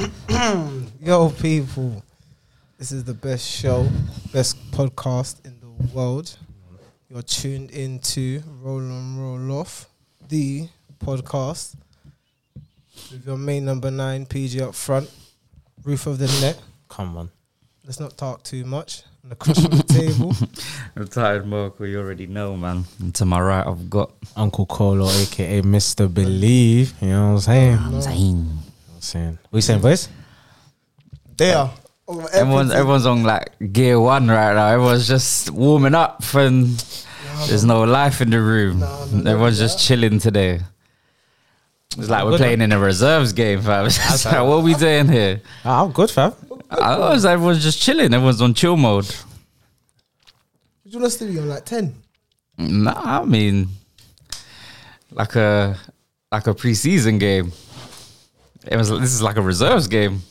Mm. Yo, people, this is the best show, best podcast in the world. You're tuned into Roll On Roll Off, the podcast with your main number nine PG up front, roof of the net. Come on. Let's not talk too much. And the crush on the table. Retired Merkel, you already know, man. And to my right, I've got. Uncle Colo, aka Mr. Believe. You know what I'm saying? You know No. what I'm saying? What you saying, boys? There. Everyone's, everyone's on like gear one right now. Everyone's just warming up and there's no life in the room. Nah, nah, nah, everyone's just nah. chilling today. It's like we're Good. playing in a reserves game, fam. It's just like, what are we doing here? Ah, I'm good, fam. I was, everyone's just chilling. Everyone's on chill mode. Would you want us to be on like 10? Nah, I mean, like a like a preseason game. It was. This is like a reserves game.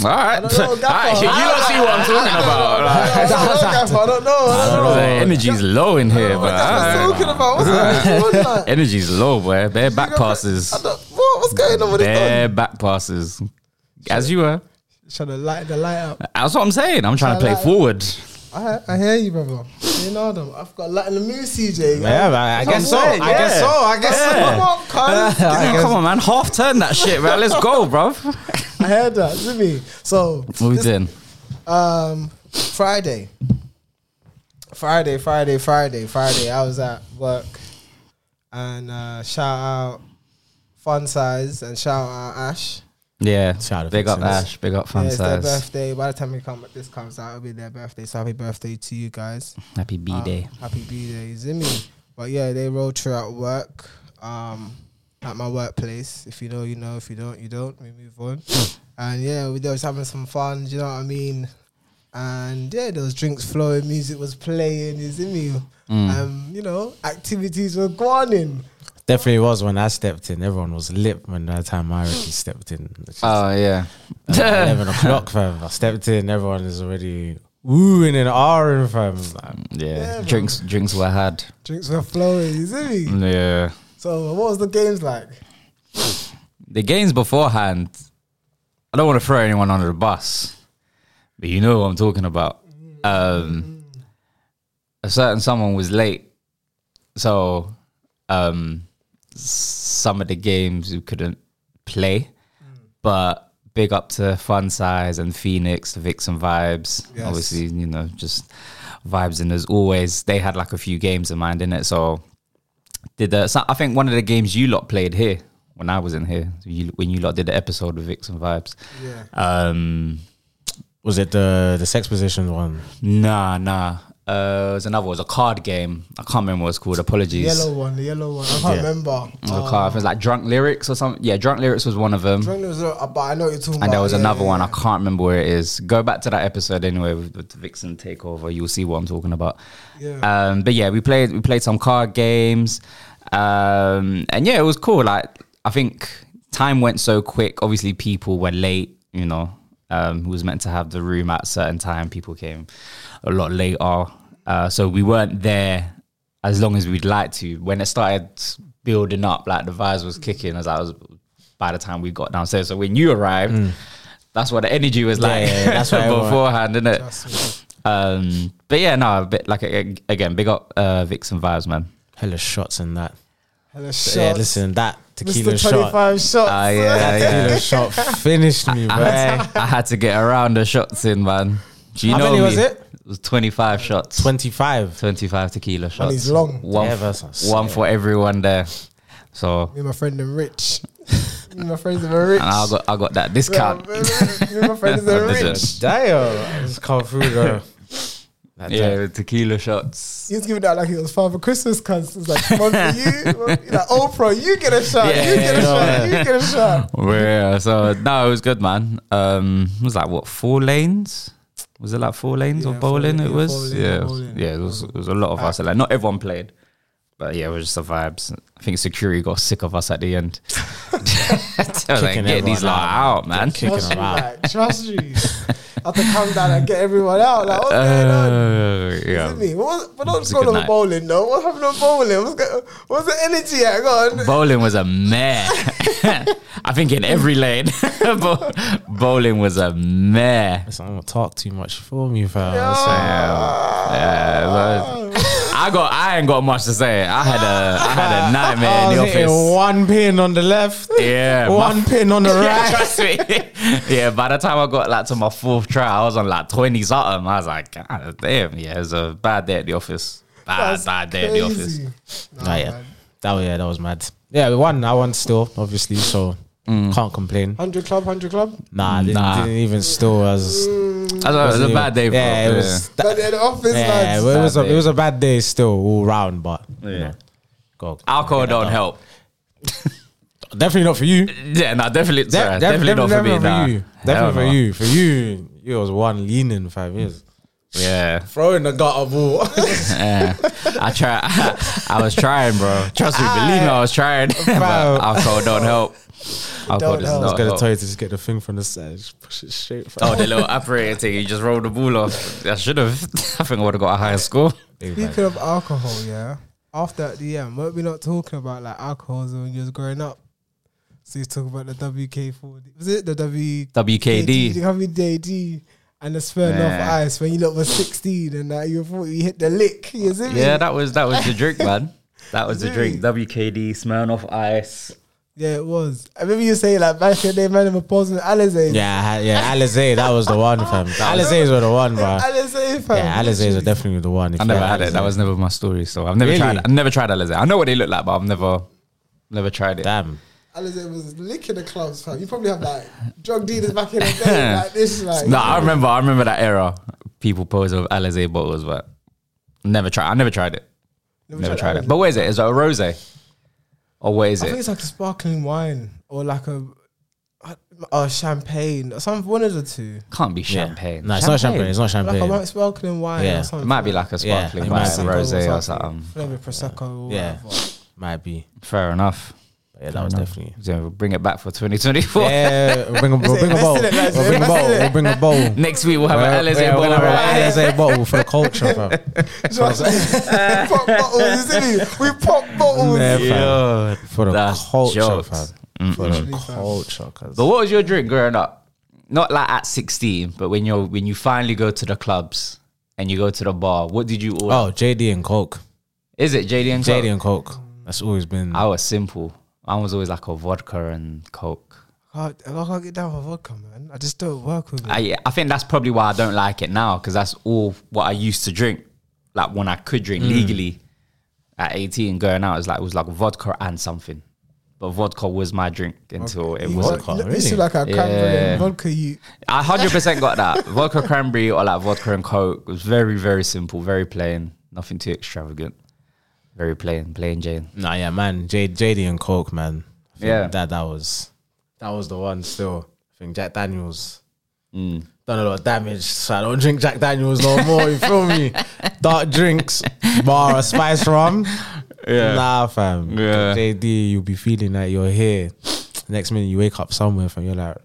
All right, don't know, All Gaffer. right, you don't see what I'm talking about. Like, I don't know. I don't know. I don't know. the energy's low in here, but all What's right. talking about? What's going on? Like, energy's low, boy. Bare back got- passes, I don't- What, what's going on with this bare back passes, as you were. dog? Trying to light the light up. That's what I'm saying. I'm trying to play Shall I- forward. I, I hear you, brother. You know them. I've got light in the mood, CJ. Yeah, man, I guess so. I guess so. I guess Come on, cuz. Come on, man. Half turn that shit, man. Let's go, bruv. I heard that, Jimmy. So, What we doing? um, Friday, Friday, Friday, Friday, Friday. I was at work, and uh, shout out Fun Size and shout out Ash. Yeah. Shout out big to up Vincent. Ash. Big up Yeah, Fun it's their Size. birthday. By the time we come, this comes out, it'll be their birthday. So happy birthday to you guys. Happy B Day. Um, happy B Day, Zimmy. But yeah, they rolled through at work, um, at my workplace. If you know, you know. If you don't, you don't. We move on. and yeah, we they was having some fun. Do you know what I mean? And yeah, there was drinks flowing, music was playing. You see me? Mm. Um, you know, activities were going in. Definitely was when I stepped in. Everyone was lit when that time I already stepped in. It's just Oh yeah. about 11 o'clock, fam. I stepped in. Everyone is already wooing and ahhing, fam. Like, yeah. man. Drinks. Drinks were had. Drinks were flowing. You see Mm. me? Yeah. So what was the games like? The games beforehand. I don't want to throw anyone under the bus, but you know what I'm talking about. Um, a certain someone was late, so um, s- some of the games you couldn't play. But big up to Fun Size and Phoenix, Vixen Vibes. Yes. Obviously, you know, just vibes. And as always, they had like a few games in mind, innit? So did the, so I think one of the games you lot played here when I was in here, you, when you lot did the episode with Vixen Vibes. Yeah. Um, was it the, the sex position one? nah, nah. Uh, it was another. It was a card game. I can't remember what it's called. Apologies. Yellow one, the yellow one. I can't Yeah. remember. It was a card. It was like drunk lyrics or something. Yeah, drunk lyrics was one of them. Drunk was a- but I know what you're talking about. and there was Yeah, another yeah, one. yeah. I can't remember where it is. Go back to that episode anyway with, with the Vixen takeover. You'll see what I'm talking about. Yeah. Um, but yeah, we played we played some card games, um, and yeah, it was cool. Like I think time went so quick. Obviously, people were late. You know, um, who was meant to have the room at a certain time? People came a lot later, uh, so we weren't there as long as we'd like to. When it started building up, like the vibes was kicking as I was. By the time we got downstairs, so when you arrived, that's what the energy was like. yeah, that's what everyone- beforehand, isn't it? That's it. Um, but yeah, no, a bit like ag- again, big up uh, Vixen vibes, man. Hella shots in that. Hella Yeah, shots. listen, that tequila Mr. shot. 25 shots. Ah, yeah, yeah. Tequila shot finished me, I, bro. had to, I had to get around the shots in, man. Do you How know many me? was it? It was twenty-five shots, 25. 25 tequila shots. is long. One, Yeah, f- that's what I'm one for everyone there. So Me and my friend them rich. Me and my friends them are rich. and I got I got that discount. Me and my friends them Listen. rich. Damn, it's come through, bro. That Yeah, day. with tequila shots. He was giving out like it was Father Christmas cuz. It's like, one for you. one- He's like, Oprah, you get a shot. Yeah, you get a yeah, shot. yeah. You get a shot. Yeah, uh, so no, it was good, man. Um, it was like what four lanes? Was it like four lanes Yeah, or four bowling? lane- it yeah, was four lane, yeah, bowling. yeah. It was, it was a lot of us. Like not everyone played, but yeah, it was just the vibes. I think security got sick of us at the end. They were like, Kicking get these everyone lot out. out, man. Kicking Trust you, them out. like, trust you. I have to come down and get everyone out. Like, what's going on? Uh, Yeah. yeah, Me. What was, but It's what's a going good on with night. bowling though? What happened on bowling? What's, go, what's the energy at? Go on. bowling was a mess. I think in every lane, Bow- bowling was a mare. Listen, I'm gonna talk too much for me, fam. Ah, Yeah, but I got. I ain't got much to say. I had a. I had a Listen, nightmare I in the was hitting office. Oh, one pin on the left, Yeah, my one pin on the Yeah, right. trust me. yeah, by the time I got like to my fourth try, I was on like 20 something. I was like, God damn, yeah, it was a bad day at the office. Bad, bad day at the office. Nah, yeah, that was yeah, that was mad. Yeah, we won. I won still, obviously, so can't complain. Hundred club, hundred club. Nah, didn't, Mm. Nah. didn't even still as. I don't know, it was a bad day, bro. Yeah, it was. that- But at the office, yeah, lads. well, it was a Bad it was a bad day still all round, but yeah. Yeah. go Alcohol Yeah, don't no. help. Definitely not for you. Yeah, no, definitely, Def- def- sorry, definitely not for me. nah. you. Hell Definitely no. for you. For you, you was one leaning five years. Yeah, Throwing the gutter ball. yeah. I try. I, was trying, bro. Trust me, believe me, I was trying. but Bro. alcohol don't help. Alcohol Don't does help. I was not gonna help. tell you to just get the thing from the side, just push it straight. From Oh, the little operator thing. You just rolled the ball off. I should have. I think I would have got a higher score. Speaking of alcohol, yeah. After at the end, weren't we not talking about like alcoholism when you was growing up? So you talk about the WK forty. Was it the W? WKD. WKD. And the spread Yeah. off ice when you lot was sixteen and now you were forty, you hit the lick. You see me? Yeah, that was that was the drink, man. That was the drink. Really? WKD, Smirnoff Ice. Yeah, it was. I remember you saying like back in the day, man, I'm opposing Alizé. Yeah, I had- yeah, Alizé, that was the one, fam. Alizé's were the one, bro. Alizé, fam. Yeah, Alizé's were definitely the one. If I you never had it. That Alizé. was never my story. So I've never Really? tried. I've never tried Alizé. I know what they look like, but I've never, never tried it. damn. Alizé was licking the clubs, fam. You probably have like drug dealers back in the day, like this, like. No, I remember. I remember that era. People pose with Alizé bottles, but never tried. I never tried it. Never tried it. But what is it? Is it a rosé? Or what is I think it? it's like a sparkling wine or like a or champagne or some one of the two. Can't be Yeah. champagne. No, it's not champagne. It's not Like a champagne. white sparkling wine Yeah. or something. It might be like a Yeah, sparkling it wine, might be. rosé or something. Flavor prosecco. Or Yeah. yeah. Whatever. Might be. Fair enough. But yeah, that was definitely. Yeah, we'll bring it back for 2024. Yeah, we'll bring a, we'll bring a bowl. Invested it, guys, We'll bring a bowl. invested it. We'll bring a bowl. Next week we'll have We're- an LSA we're ball. gonna have an LSA bottle for the culture, fam. pop bottles, you see me? We pop bottles. Yeah, fam. Yeah. For the That's culture, jokes. fam. For the Literally, fam. culture, cause But what was your drink growing up? Not like at 16, but when you're when you finally go to the clubs and you go to the bar, what did you order? oh, JD and Coke, Is it JD and Coke? JD and Coke. That's always been. I was simple. I was always like a vodka and Coke. I can't, I can't get down with vodka, man. I just don't work with it. I, I think that's probably why I don't like it now because that's all what I used to drink. Like when I could drink Mm. legally at 18 going out, it was like, it was like vodka and something. But vodka was my drink until it You wasn't. look- You really? seem like a cranberry Yeah. and vodka. You I hundred percent got that vodka cranberry or like vodka and coke. It was very very simple, very plain, nothing too extravagant. Very plain, plain Jane. nah, yeah, man, J, JD and Coke, man. I think Yeah. that that was that was the one. Still, I think Jack Daniels. Mm. Done a lot of damage, so I don't drink Jack Daniels no more. You feel me? Dark drinks, bar, a spice rum. Nah, fam. Yeah. JD, you'll be feeling like you're here. Next minute, you wake up somewhere, fam. You're like,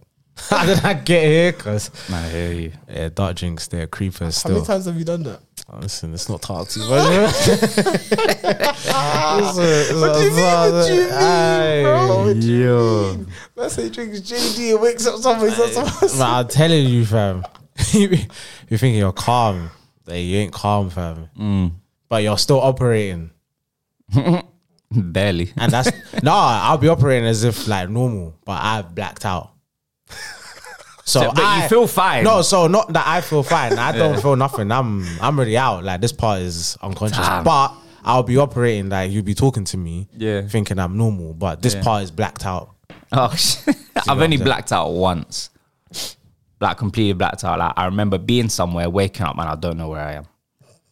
how did I get here? Cause I hear you. yeah, dark drinks, they're creepers how many still. times have you done that? Oh, listen, it's not talk to you. what do you mean? What do you mean, bro? What do you Yo. Let's say he drinks JD and wakes up somewhere. he's not supposed Man, I'm telling you, fam. you think you're calm. Like, you ain't calm, fam. Mm. But you're still operating. Barely. And that's nah, I'll be operating as if like normal, but I blacked out. So, but I, you feel fine. no, so not that I feel fine. I don't feel nothing. I'm I'm already out. Like this part is unconscious. Damn. But I'll be operating like you'll be talking to me, Yeah. thinking I'm normal. But this part is blacked out. Oh, sh- I've only blacked out once. Like completely blacked out. Like I remember being somewhere, waking up, and I don't know where I am.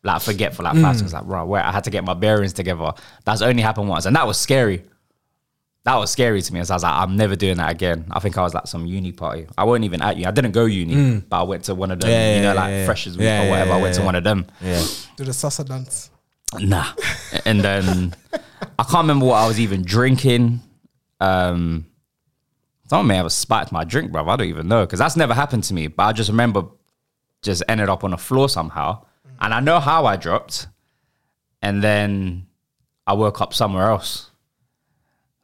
Like forget for like Hmm. five seconds. Like right, where I had to get my bearings together. That's only happened once, and that was scary. That was scary to me. So I was like, I'm never doing that again. I think I was like some uni party. I wasn't even at uni. I didn't go uni, but I went to one of them. Hmm. Yeah, you know, yeah, like yeah, yeah. freshers week Yeah, or yeah, whatever. I yeah, went to yeah. one of them. Yeah. to do the salsa dance. Nah. And then I can't remember what I was even drinking. Um, someone may have spiked my drink, bro. I don't even know because that's never happened to me. But I just remember just ended up on the floor somehow, and I know how I dropped. And then I woke up somewhere else.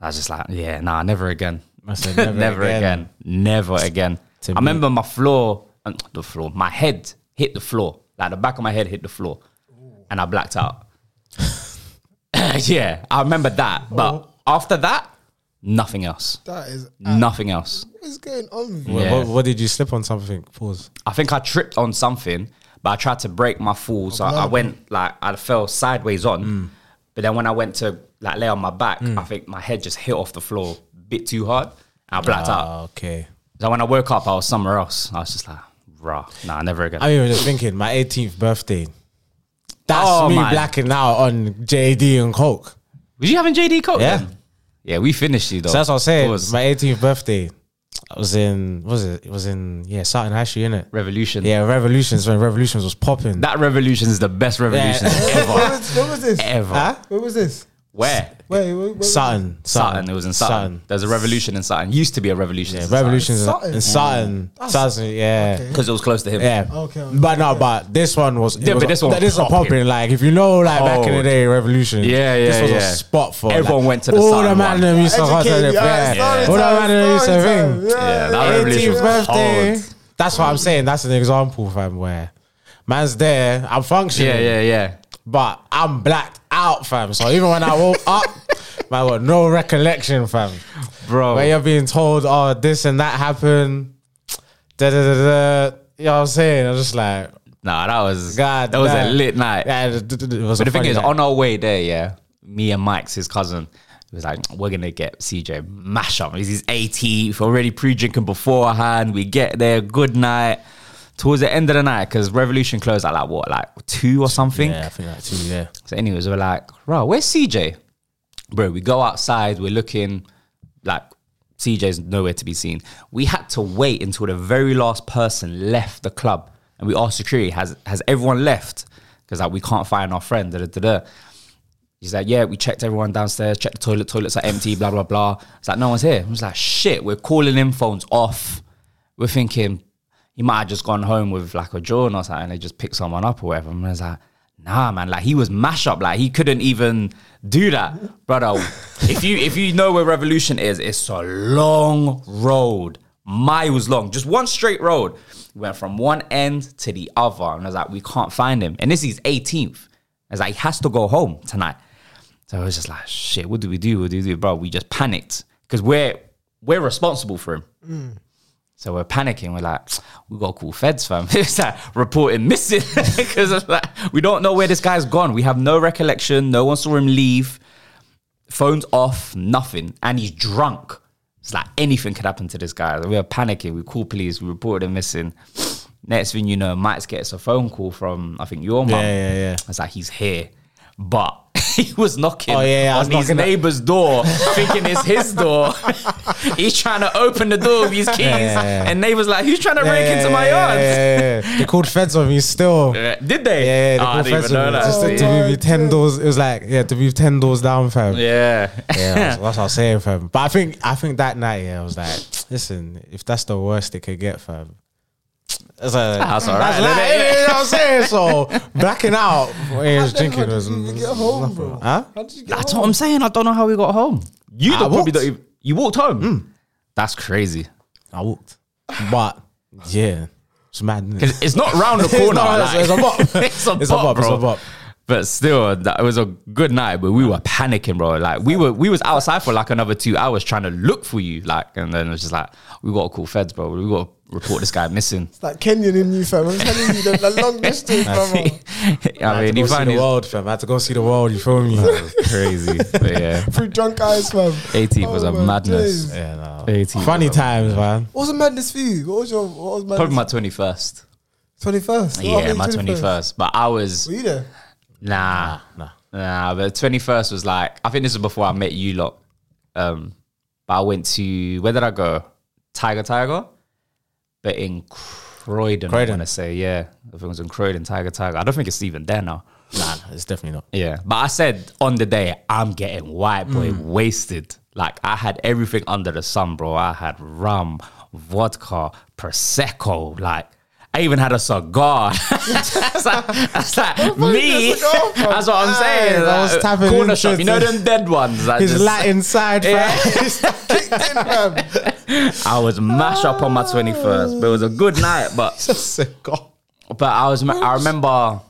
I was just like, yeah, nah, never again. I said never, Never again. Never again. To I me- remember my floor, uh, the floor, my head hit the floor. Like the back of my head hit the floor. And I blacked out. yeah, I remember that. But Oh. after that, nothing else. That is Ah. Nothing else. what is going on with you? Wha- Yeah. What, what did you slip on something? Pause. I think I tripped on something, but I tried to break my fall. Oh, So I, I went like I fell sideways on. Mm. But then when I went to like lay on my back, I think my head just hit off the floor a bit too hard. And I blacked out. Ah, okay. So when I woke up, I was somewhere else. I was just like, rah, nah, never again. I'm even just thinking my 18th birthday. That's Oh, me man. blacking out on JAD and Coke. was you having JD Coke? Yeah. then? Yeah, we finished you though. So that's what I'm saying. Pause. My 18th birthday. I was in, what was it? It was in, yeah, Sutton Hashi, innit? Revolution. Yeah, Revolutions, when Revolutions was popping. That revolution is the best revolution Where ever. was, where was this? Ever. Huh? Where was this? Where? Wait, where, where was Sutton, Sutton. It was in Sutton. There's a revolution in Sutton. Used to be a revolution. Yeah, Revolutions in- Sutton. Oh. in Sutton. Sutton, yeah. Okay. Because it was close to him. Yeah. Okay, okay, but no, but this one was. it Yeah, was but this one This was popping. popping. Like if you know, like back in the Oh. day, Revolution. Yeah, This yeah, was a yeah. spot for Everyone like, went to the All Saturn the man one. them used to hustle Educate their me, yeah, yeah. story All the time, man them used to story time, think. yeah. Yeah, that revolution 18th was birthday. hard. That's what I'm saying. That's an example, fam. Where man's there, I'm functioning, Yeah, yeah, yeah. but I'm blacked out, fam. So even when I woke up, man, I got no recollection, fam. Bro. Where you're being told, oh, this and that happened. Da da da da. You know what I'm saying? I'm just like, Nah, that was God, that was a damn. lit night. Yeah, it it- it was But a the thing funny is, night. on our way there, yeah, me and Mike's his cousin was like, we're gonna get CJ mash up. He's 80, we're already pre-drinking beforehand. We get there, good night. Towards the end of the night, because Revolution closed at like what, like two or something. yeah, I think that too. Yeah, So, anyways, we're like, bro, where's CJ? Bro, we go outside, we're looking like CJ's nowhere to be seen. We had to wait until the very last person left the club. And we asked security, has has everyone left? Because like we can't find our friend. Da, da, da, da. He's like, yeah, we checked everyone downstairs, checked the toilet, toilets are empty, blah, blah, blah. It's like, no one's here. I was like, shit, we're calling him, phones off. We're thinking, he might have just gone home with like a Jordan or something and they just picked someone up or whatever. And I was like, nah, man, like he was mash up. Like he couldn't even do that. Brother, if you if you know where Revolution is, it's a long road. Miles long, just one straight road. Went from one end to the other. And I was like, we can't find him. And this is 18th. I was like, he has to go home tonight. So I was just like, shit, what do we do? What do we do, bro? We just panicked because we're we're responsible for him. Mm. So we're panicking. We're like, we got to call feds, fam. it's like reporting missing because like, we don't know where this guy's gone. We have no recollection. No one saw him leave. Phones off, nothing, and he's drunk. It's like anything could happen to this guy. We were panicking. We called police. We reported him missing. Next thing you know, Mike's gets a phone call from I think your mum. yeah, yeah. I was like, he's here. But he was knocking Oh, yeah, yeah, I was on his knocking at- neighbor's door, thinking it's his door. he's trying to open the door with his keys. yeah, yeah. And neighbor's like, who's trying to break yeah, into my yeah, yard? yeah, yeah, yeah. They called feds on me still. Yeah, Uh, Did they? yeah, they Oh, I called didn't feds even know on me. that. Just to, to Oh, move you ten doors. It was like, yeah, to move ten doors down, fam. Yeah, yeah. that's, that's what I'm saying, fam. But I think, I think that night, yeah, I was like, listen, if that's the worst it could get, fam. That's, a, That's all right, like, isn't it? you know what I'm saying? So blacking out when he How was the hell drinking did was you even get home, nothing. bro? Huh? How did you get That's home? what I'm saying. I don't know how we got home. You I don't probably walked. Hmm. don't even, You walked home. That's crazy. I walked, but yeah, it's mad. innit? Because it's not round the It's corner. not- like- it's a bop. it's a bop, It's a bop, it's bro. a bop. But still, that it was a good night. But we were panicking, bro. Like we were, we was outside for like another two hours trying to look for you. Like, and then it was just like, we got to call feds, bro. We got to report this guy missing. It's like Kenyan in you, fam. I'm telling you, the, the long distance, fam. I I had mean, to he go see found the his world, fam. I had to go see the world. You feel me? crazy. But yeah, Through drunk eyes, fam. Oh 18 was a my madness. days. yeah, no. 18 Funny times, man. What was a madness for you? What was your what was madness? probably my twenty first. Twenty first. Yeah, my twenty first. But I was Were you there? Nah, Nah, nah. But twenty first was like I think this was before I met you lot. Um, but I went to where did I go? Tiger, Tiger, but in Croydon. I Croydon. want to say yeah. I think it was in Croydon, Tiger, Tiger. I don't think it's even there now. Nah, nah, it's definitely not. Yeah, but I said on the day I'm getting white boy wasted. Like I had everything under the sun, bro. I had rum, vodka, prosecco, like, I even had a cigar. that's like, that's like me. a cigar from? That's what I'm Aye, saying. I was Like, tapping corner into shop. You know this- them dead ones. Like His just- Latin side, Yeah. fam. I was mash up on my 21st, but it was a good night. But Just a god. But I was, I remember,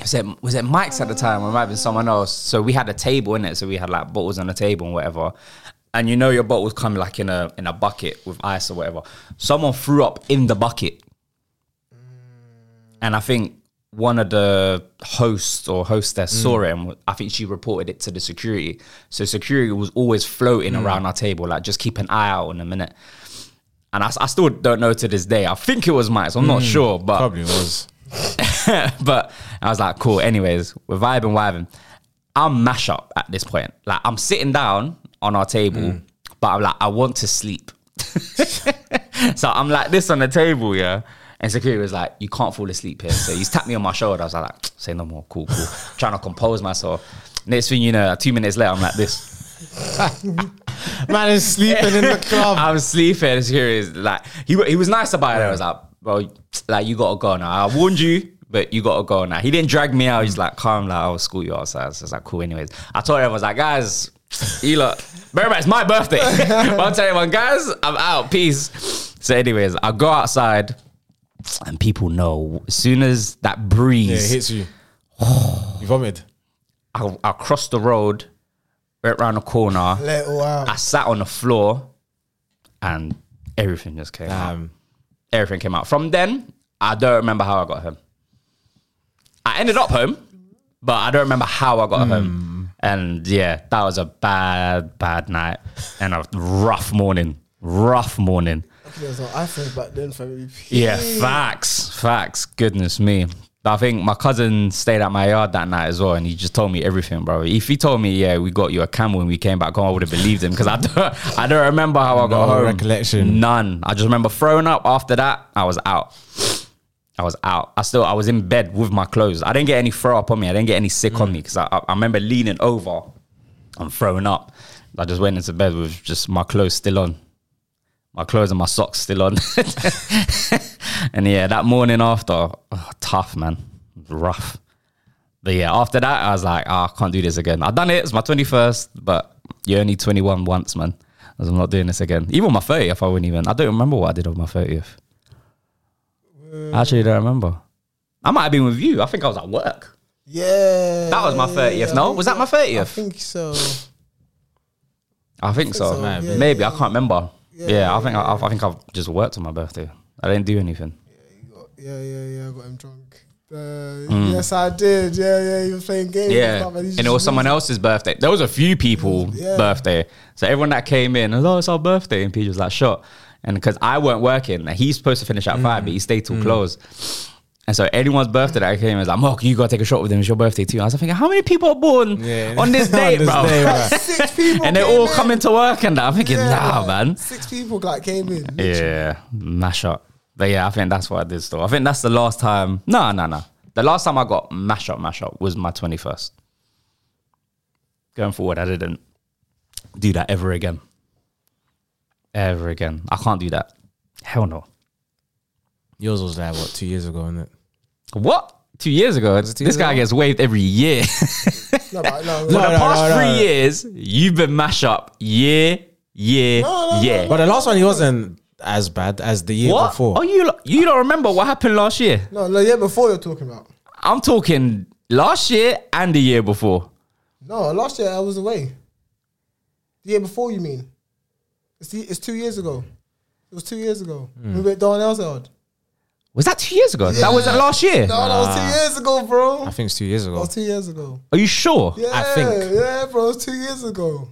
was it, was it Mike's at the time? Or it might have been someone else. So we had a table in it. So we had like bottles on the table and whatever. And you know your bottles come like in a in a bucket with ice or whatever. Someone threw up in the bucket, and I think one of the hosts or hostess saw it. And I think she reported it to the security. So security was always floating around our table, like just keep an eye out in a minute. And I, s- I still don't know to this day. I think it was Mike's. I'm not sure, but Probably was. but I was like, cool. Anyways, we're vibing, vibing. I'm mash up at this point. Like I'm sitting down on our table, but I'm like, I want to sleep. so I'm like this on the table, yeah. And security was like, you can't fall asleep here. So he's tapped me on my shoulder. I was like, say no more, cool, cool. Trying to compose myself. Next thing you know, two minutes later, I'm like this. Man is sleeping in the club. I'm sleeping. It's serious. Like he wa- he was nice about it. I was like, bro, like you gotta go now. I warned you, but you gotta go now. He didn't drag me out. He's like, calm, like I'll school you outside. So I was like, cool. Anyways, I told everyone, I was like, guys, you lot, remember it's my birthday. but I'll tell everyone, guys, I'm out. Peace. So, anyways, I go outside, and people know as soon as that breeze Yeah, it hits you. You vomited. I, I crossed the road, went round the corner. Little out. I sat on the floor, and everything just came out. Um, Everything came out. From then, I don't remember how I got home. I ended up home, but I don't remember how I got home. And yeah, that was a bad, bad night and a rough morning. Rough morning. There was no iPhones back then for me. Yeah, facts, facts. Goodness me. But I think my cousin stayed at my yard that night as well, and he just told me everything, bro. If he told me, yeah, we got you a camel when we came back home, I would have believed him because I don't, I don't remember how I got No home. recollection. None. I just remember throwing up. After that, I was out. I was out. I still, I was in bed with my clothes. I didn't get any throw up on me. I didn't get any sick Mm. on me because I, I, I remember leaning over and throwing up. I just went into bed with just my clothes still on my clothes and my socks still on. and yeah, that morning after, oh, tough man, rough. But yeah, after that, I was like, oh, I can't do this again. I've done it. It's my twenty first, but you're only twenty one once, man. I was, I'm not doing this again. Even my thirtieth, I wouldn't even. I don't remember what I did on my thirtieth. I actually don't remember. I might have been with you. I think I was at work. Yeah. That was my 30th, no? I Was that my think- 30th? I think so. I think so. so, yeah, Maybe I can't remember. Yeah, Yeah, yeah, I think I, I think I've just worked on my birthday. I didn't do anything. Yeah, yeah, yeah. I got him drunk. Uh, Yes, I did. Yeah, yeah. You were playing games. Mm. Yeah, stuff, he's and it just was someone else's birthday. There was a few people Yeah. birthday, so everyone that came in, oh, it's our birthday, and PJ was like, shot, and because I weren't working, and he's supposed to finish at five, Mm. but he stayed till close. And so anyone's birthday that I came in was like, Mark, you gotta take a shot with him. It's your birthday too. I was thinking, how many people are born Yeah. on this On date, this bro? day, bro. Like six people. and they're came all in. coming to work, and that. I'm thinking, Yeah, nah, like, man. Six people like came in. Yeah, mash up. But yeah, I think that's what I did still. I think that's the last time. No, no, no. The last time I got mash up, mash up was my 21st. Going forward, I didn't do that ever again. Ever again. I can't do that. Hell no. Yours was like, what, two years ago, isn't it? What? Two years ago? it two this years guy ago? gets waived every year. No, but no, For no, the no, past no, three no. years, you've been mash up year, year, No, no, no, year. But the last one, he wasn't as bad as the year What? before. Oh, you, lo- you don't remember what happened last year? no, no. Yeah, before you're talking about. I'm talking last year and the year before. No, last year I was away. The year before, you mean? It's the, it's two years ago. It was two years ago. Hmm. We were at Darnell's yard. Was that two years ago? That wasn't last year. No, Oh, that was Ah. two years ago, bro. I That think it's two years ago. was two years ago. Are you sure? Yeah, I think. yeah, bro. It was two years ago.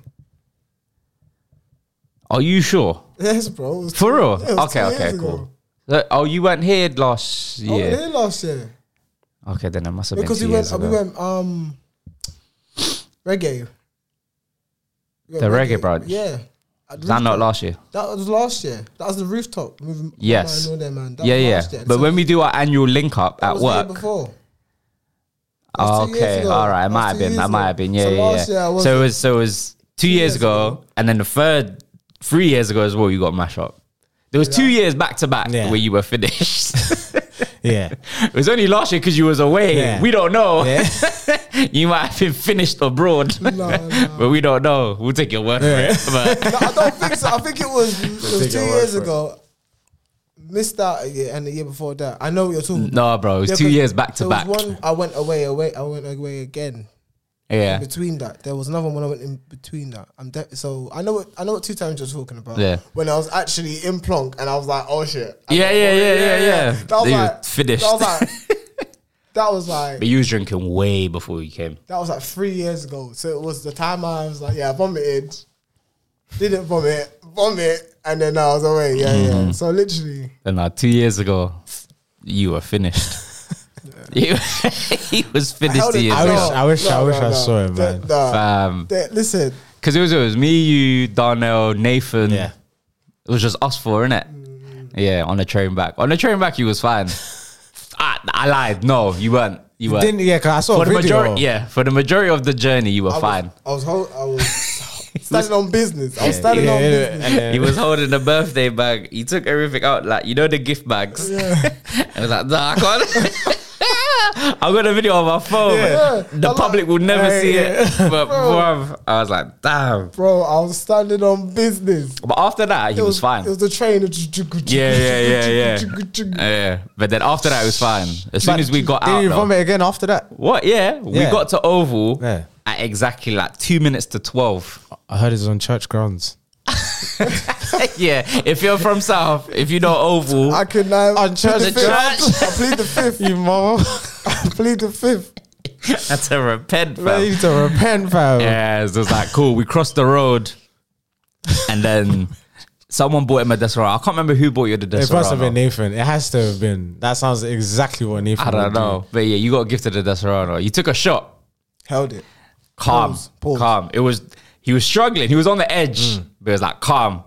Are you sure? Yes, bro. It was For two- real? yeah, it was Okay, two okay, years cool. ago. Look, Oh, you weren't here last I wasn't year. here last year Okay, then it must have been because two we went. uh, years ago. We went um reggae. We went The reggae brunch? Yeah. At Was that not rooftop. last year? That was last year. That was the rooftop. Moving Yes. I know that, man. That yeah, was yeah. last year. But So when we do our annual link up that at was the year work, before. That was two years okay, ago. all right, it That might was have two been. That years might ago. have been. Yeah, So yeah. last year I yeah. was- So it was. So it was two years ago, and then the third, three years ago as well. You got mash up. There was two years back to back Yeah. where you were finished. Yeah. It was only last year because you was away. Yeah. We don't know. Yeah. you might have been finished abroad, No, no. but we don't know. We'll take your word for it. But No, I don't think so. I think it was, it was take two your word years for it. ago. Missed that year and the year before that. I know what you're talking about. no, bro, it was Yeah, two 'cause years back to there back. Was one I went away, away. I went away again. yeah, Between that, there was another one I went in between that. I'm de- so I know what I know what two times you're talking about. Yeah. When I was actually in Plonk and I was like, oh shit. I yeah, got- yeah, yeah, yeah, yeah. That was You were like finished. That was like that was like but you was drinking way before you came. that was like three years ago. So it was the time I was like, yeah, I vomited, didn't vomit, vomit, and then I was away. Yeah, Mm-hmm. yeah. So literally, And like two years ago, you were finished. You- he was finished held two it- years I ago. wish- I wish- I wish I saw it, The- man. the- Fam. the- listen, Because it was, it was me, you, Darnell, Nathan. Yeah. It was just us four, innit? Mm. Yeah, on the train back. On the train back, you was fine. I, I lied. No, you weren't. You weren't. Didn't, yeah, because I saw for a the video. majority, yeah, for the majority of the journey, you were I fine. was, I was, hold, I was standing on business. I was Yeah, standing on yeah, business. and then- He was holding the birthday bag. He took everything out, like you know the gift bags. and was like, nah, I can't. I got a video on my phone. Yeah. The I like- public will never Hey, see yeah. it. But bruv, I was like, damn. Bro, I was standing on business. But after that, he It was, fine. It was the train. yeah, yeah, yeah, yeah. Oh, yeah. But then after that, it was fine. As soon But as we got didn't out, you though- vomit again after that? what? Yeah, we Yeah. got to Oval Yeah. at exactly like two minutes to twelve. I heard it was on church grounds. yeah, if you're from South, if you know Oval, I could not. I On church. plead the fifth. Church. I plead the fifth. You mom. I plead the fifth. had to repent, I fam. need to repent, fam. Yeah, it's just like cool. We crossed the road, and then someone bought him a Desperado. I can't remember who bought you the It Desperado. must have been Nathan. It has to have been. That sounds exactly what Nathan I would don't do. know, but yeah, you got gifted a Desperado. You took a shot. Held it. Calm, Pause, pause. Mm. calm. It was he was struggling. He was on the edge, but it was like calm.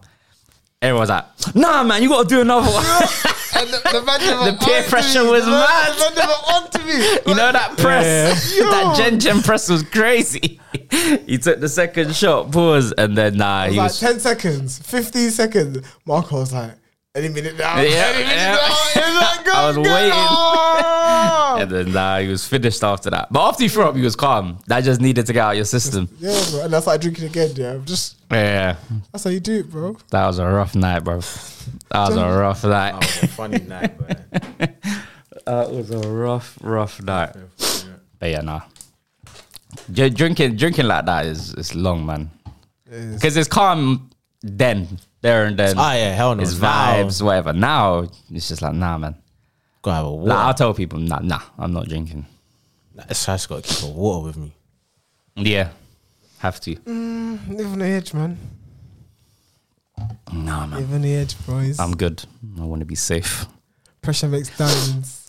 Everyone was like, "Nah, man, you got to do another one." And the, the, The peer pressure was mad. The man were onto me. You know that press, Yeah. that Yo. Gen Gen press was crazy. he took the second shot, pause, and then nah, It he was was. like 10 seconds, 15 seconds. Marco was like, any minute now. Yeah, any minute yeah. now. It's like, go, I was go, waiting. go. and then nah, he was finished after that. But after he threw up, he was calm. That just needed to get out of your system. yeah, bro. And I started drinking again. Yeah, I'm just, Yeah, that's how you do it, bro. that was a rough night, bro. That was a rough night. funny night, but That was a rough, rough night. But yeah, nah. Ju- Drinking, drinking like that is is long, man. Because it's calm then, there and then. Ah, yeah, hell no. It's Now, vibes, whatever. Now it's just like, nah, man. Gotta have a water. Like, I'll tell people, nah, nah, I'm not drinking. That's why I just gotta keep a water with me. Yeah, have to. Live on the edge, man. Nah, man, Live on the edge, boys. I'm good. I want to be safe. pressure makes diamonds.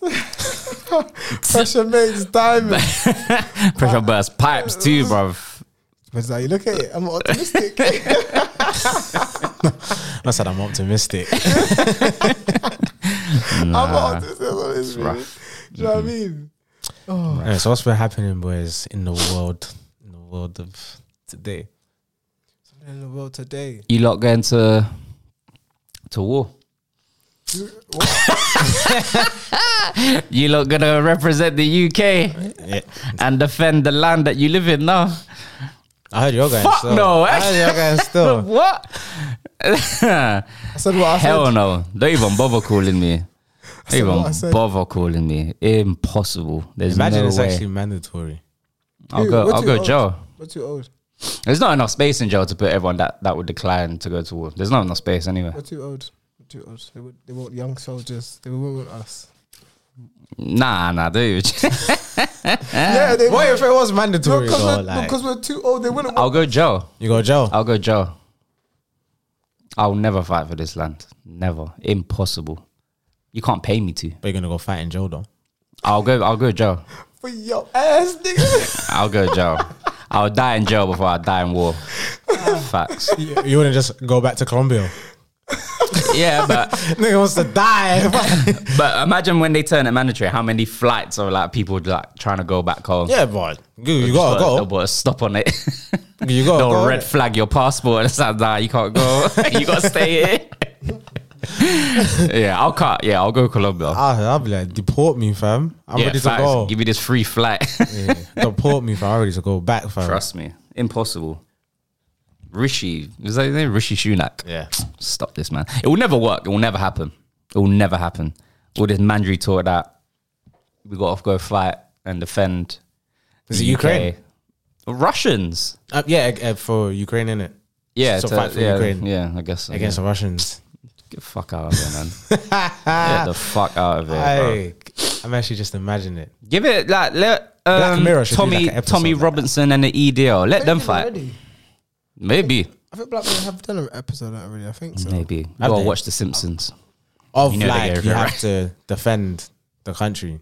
pressure makes diamonds. Pressure burst pipes too, bruv. But it's like, you look at it, I'm optimistic. I said I'm optimistic. I'm Uh-huh. optimistic. That's what it is, really. Do you Mm-hmm. know what I mean? Oh, Alright, so what's been happening, boys, in the world, in the world of today? In the world today. You lot going to to war? you lot gonna represent the UK Yeah. and defend the land that you live in now? I heard you're going Fuck still. no, I heard you're going still. what? I said what I said. Hell no! Don't even bother calling me. Don't said what I even said. bother calling me. Impossible. There's Imagine no it's way. actually mandatory. I'll Dude, go. we're I'll too go old. jail. We're too old. There's not enough space in jail to put everyone that, that would decline to go to war. There's not enough space anyway. We're too old. We're too old. They, would, they want young soldiers. They won't want us. Nah, nah, dude. Eh, yeah, they What if it was No, mandatory? because though, we're, no, like, 'cause we're too old. They wouldn't. I'll go jail. you go jail. I'll go jail. I'll never fight for this land. Never. Impossible. You can't pay me to. But you're gonna go fight in jail though. I'll go. I'll go jail. for your ass, nigga. I'll go jail. I'll die in jail before I die in war. Facts. You, you wouldn't just go back to Colombia. Yeah, but Nigga wants to die. but imagine when they turn it mandatory, how many flights of like people like trying to go back home? yeah, boy. You, you gotta But they'll go. put a stop on it. You gotta They'll go. red flag your passport and it's like, nah, you can't go. you gotta stay here. yeah, I'll cut. Yeah, I'll go Colombia. Ah, I'll be like, deport me, fam. I'm yeah, ready to facts. go. Give me this free flight. Yeah. Deport me, fam. I'm ready to go back, fam. Trust me, impossible. Rishi, is that his name? Rishi Sunak. Yeah. Stop this, man. It will never work. It will never happen. It will never happen. All this Mandry talk that we got to go fight and defend. Is it the Ukraine? UK. Russians. Uh, yeah, uh, for Ukraine, innit? Yeah, So to- fight for yeah, Ukraine. Yeah, I guess. So, Against yeah. the Russians. Get the fuck out of here, man. Get the fuck out of here. bro. Aye. I'm actually just imagining it. Give it like let um, Mirror should do, Tommy like, an episode Tommy like that. Robinson and the EDL. Let them fight. Already. Maybe, I think Black Mirror have done an episode on it already. I think so. maybe. You Have gotta they? watch The Simpsons. Of You know they like gave you it, have right? to defend the country.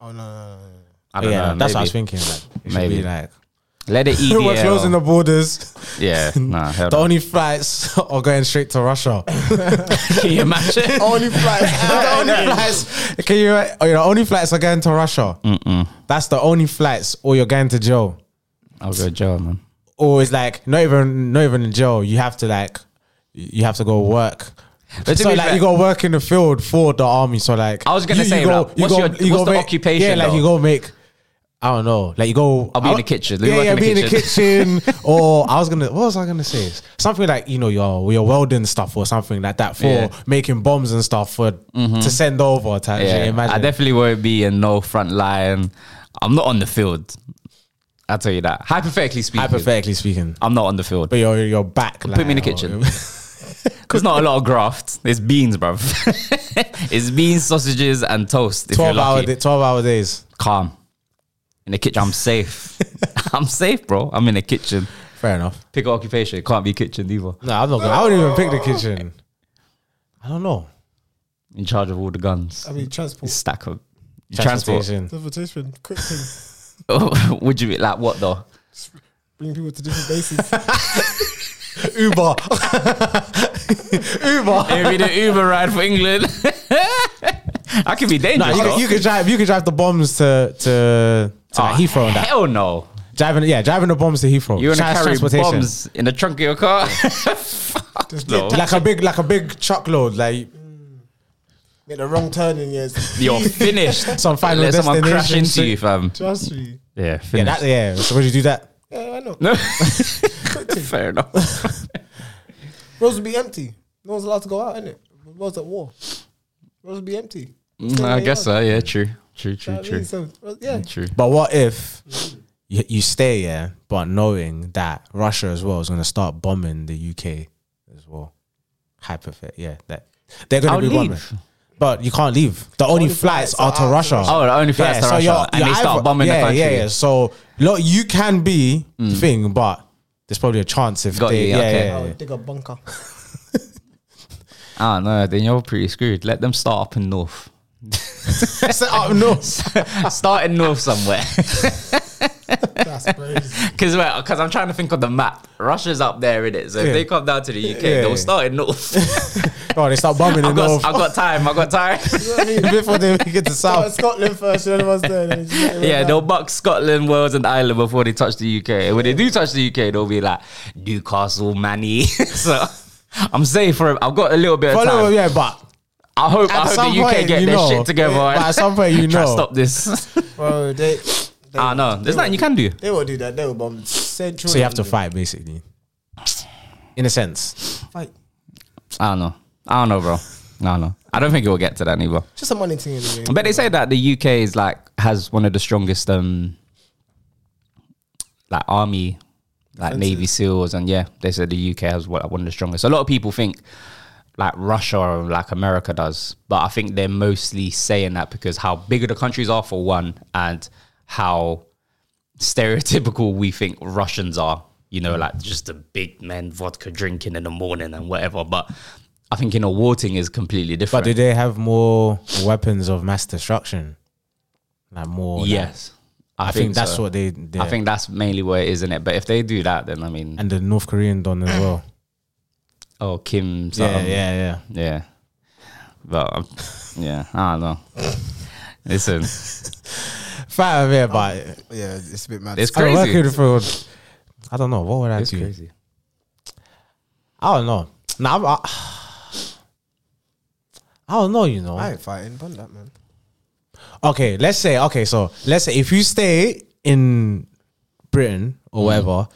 Mm-hmm. Oh no, no, no, no. I don't yeah, know. that's what I was maybe. thinking. Like, it should Maybe. be like Let the EDL. we're closing the borders. yeah, nah. Hell The no. only flights are going straight to Russia. Can you imagine? Oh. Only flights. the only flights. Can you? oh, You know, only flights are going to Russia. That's the only flights, or you're going to jail, I'll go jail, man. or it's like not even not even in jail. You have to like, you have to go work. But to so be like fair- you go work in the field for the army. So like I was gonna say, like, what's your- what's the make- occupation, Yeah, like you though? go make. I don't know. Like you go. I'll be in I- the kitchen. Let me Yeah, work yeah, in the be in the kitchen. or I was gonna. What was I gonna say? Something like you know your your welding stuff or something like that for Yeah. Mm-hmm. making bombs and stuff for to send over. Type shit, Yeah, imagine. I definitely won't be in no front line. I'm not on the field. I'll tell you that. Hypothetically speaking, hypothetically speaking. I'm not on the field. But your your back. Put me in the like, or- kitchen. There's not a lot of graft. It's beans, bruv. it's beans, sausages, and toast. If Twelve you're lucky. hour. day- Twelve hour days. calm. In the kitchen, I'm safe. I'm safe, bro. I'm in the kitchen. Fair enough. Pick an occupation. It can't be kitchen either. No, I'm not. Gonna, I wouldn't even pick the kitchen. I don't know. In charge of all the guns. I mean, transport, Stack up. Transport. Transportation. transportation, quick thing, Would you be like what though? bring people to different bases. Uber. Uber. It'd be the Uber ride for England. I could be No, dangerous. you, could, though. you could drive. You could drive the bombs to to, to like Oh, Heathrow and that. Hell no. Driving, yeah, driving the bombs to Heathrow. You're gonna Trans- carry transportation. bombs in the trunk of your car. Just No. like a big, like a big truckload, like Make the wrong turn in years. You're finished. some final Let someone destination. crash into shit. you, fam. Trust me. Yeah, Yeah, finished. that, yeah. So would you do that? Yeah, I know. No. Fair enough. Roads will be empty. No one's allowed to go out, innit? The Roads at war. Roads will be empty. Mm, I guess so. Yeah, true. True, You know what I true, mean? true. So, um, roads- yeah. True. But what if you, you stay yeah, but knowing that Russia as well is going to start bombing the UK as well? Hypothetically, yeah, that they're going I'll to be bombing. leave. But you can't leave. The only, flights, are to Russia. Oh, the only flights to Russia, and they start either- bombing the yeah, country. Mm. Yeah, yeah. So look, you can be the thing, but there's probably a chance if Got they, you, yeah, okay. yeah, I yeah. would dig a bunker. Ah, no, then you're pretty screwed. Let them start up in north. Set up no. start in north somewhere. That's crazy. Because because I'm trying to think of the map. Russia's up there in it. So Yeah. if they come down to the UK, Yeah. they'll start in north. Oh, they start bombing the I've, got, north I've got time. I've got time. You know what I mean? before they get to Start at south. Scotland first, and everyone's there. then just let it yeah, run they'll down. buck Scotland, Wales, and Ireland before they touch the UK. And when they do touch the UK, they'll be like Newcastle, Manny. so I'm safe for. I've got a little bit of Follow, time. yeah, but I hope. I At hope some the UK point, get you their know. shit together. But and at some point, you try to know. stop this. Bro, they. they Ah, no, there's nothing you can do. They will do that. They will bomb central. So you have to London. fight basically. In a sense. fight. I don't know. I don't know, bro. I don't know. I don't think it will get to that either. Just a money thing in the game. But they say that the UK is like has one of the strongest um like army, like Defenses. Navy SEALs, and yeah, they said the UK has one one of the strongest. A lot of people think like Russia or like America does, but I think they're mostly saying that because how big the countries are for one, and how stereotypical we think Russians are. You know, like just the big men vodka drinking in the morning and whatever. But I think in a war thing is completely different. But do they have more weapons of mass destruction? Like more like- yes, I, think, that's so. what they, they I think that's mainly where it is, isn't it? But if they do that, then I mean, and the North Korean done as well. oh Kim, Yeah, something. yeah, yeah. yeah. But um, yeah, I don't know. Listen, Fight over here, but yeah, it's a bit mad. it's I don't work in um, crazy. the field. I don't know. What would I It's do? crazy. I don't know. Nah, I'm, I, I don't know, you know. I ain't fighting. Bun that man. okay, let's say, okay, so let's say if you stay in Britain or wherever,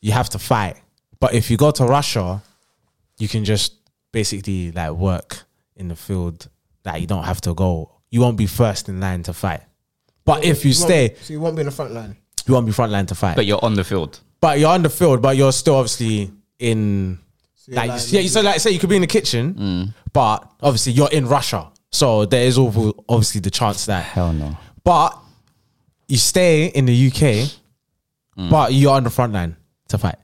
you have to fight. But if you go to Russia, you can just basically like work in the field that you don't have to go. You won't be first in line to fight. But if you stay, won't- so you won't be in the front line. you won't be front line to fight. But you're on the field. but you're on the field, but you're still obviously in you're like, like- yeah. So like, say you could be in the kitchen, but obviously you're in Russia, so there is obv- obviously the chance that. Hell no. But you stay in the UK, but you're on the front line to fight.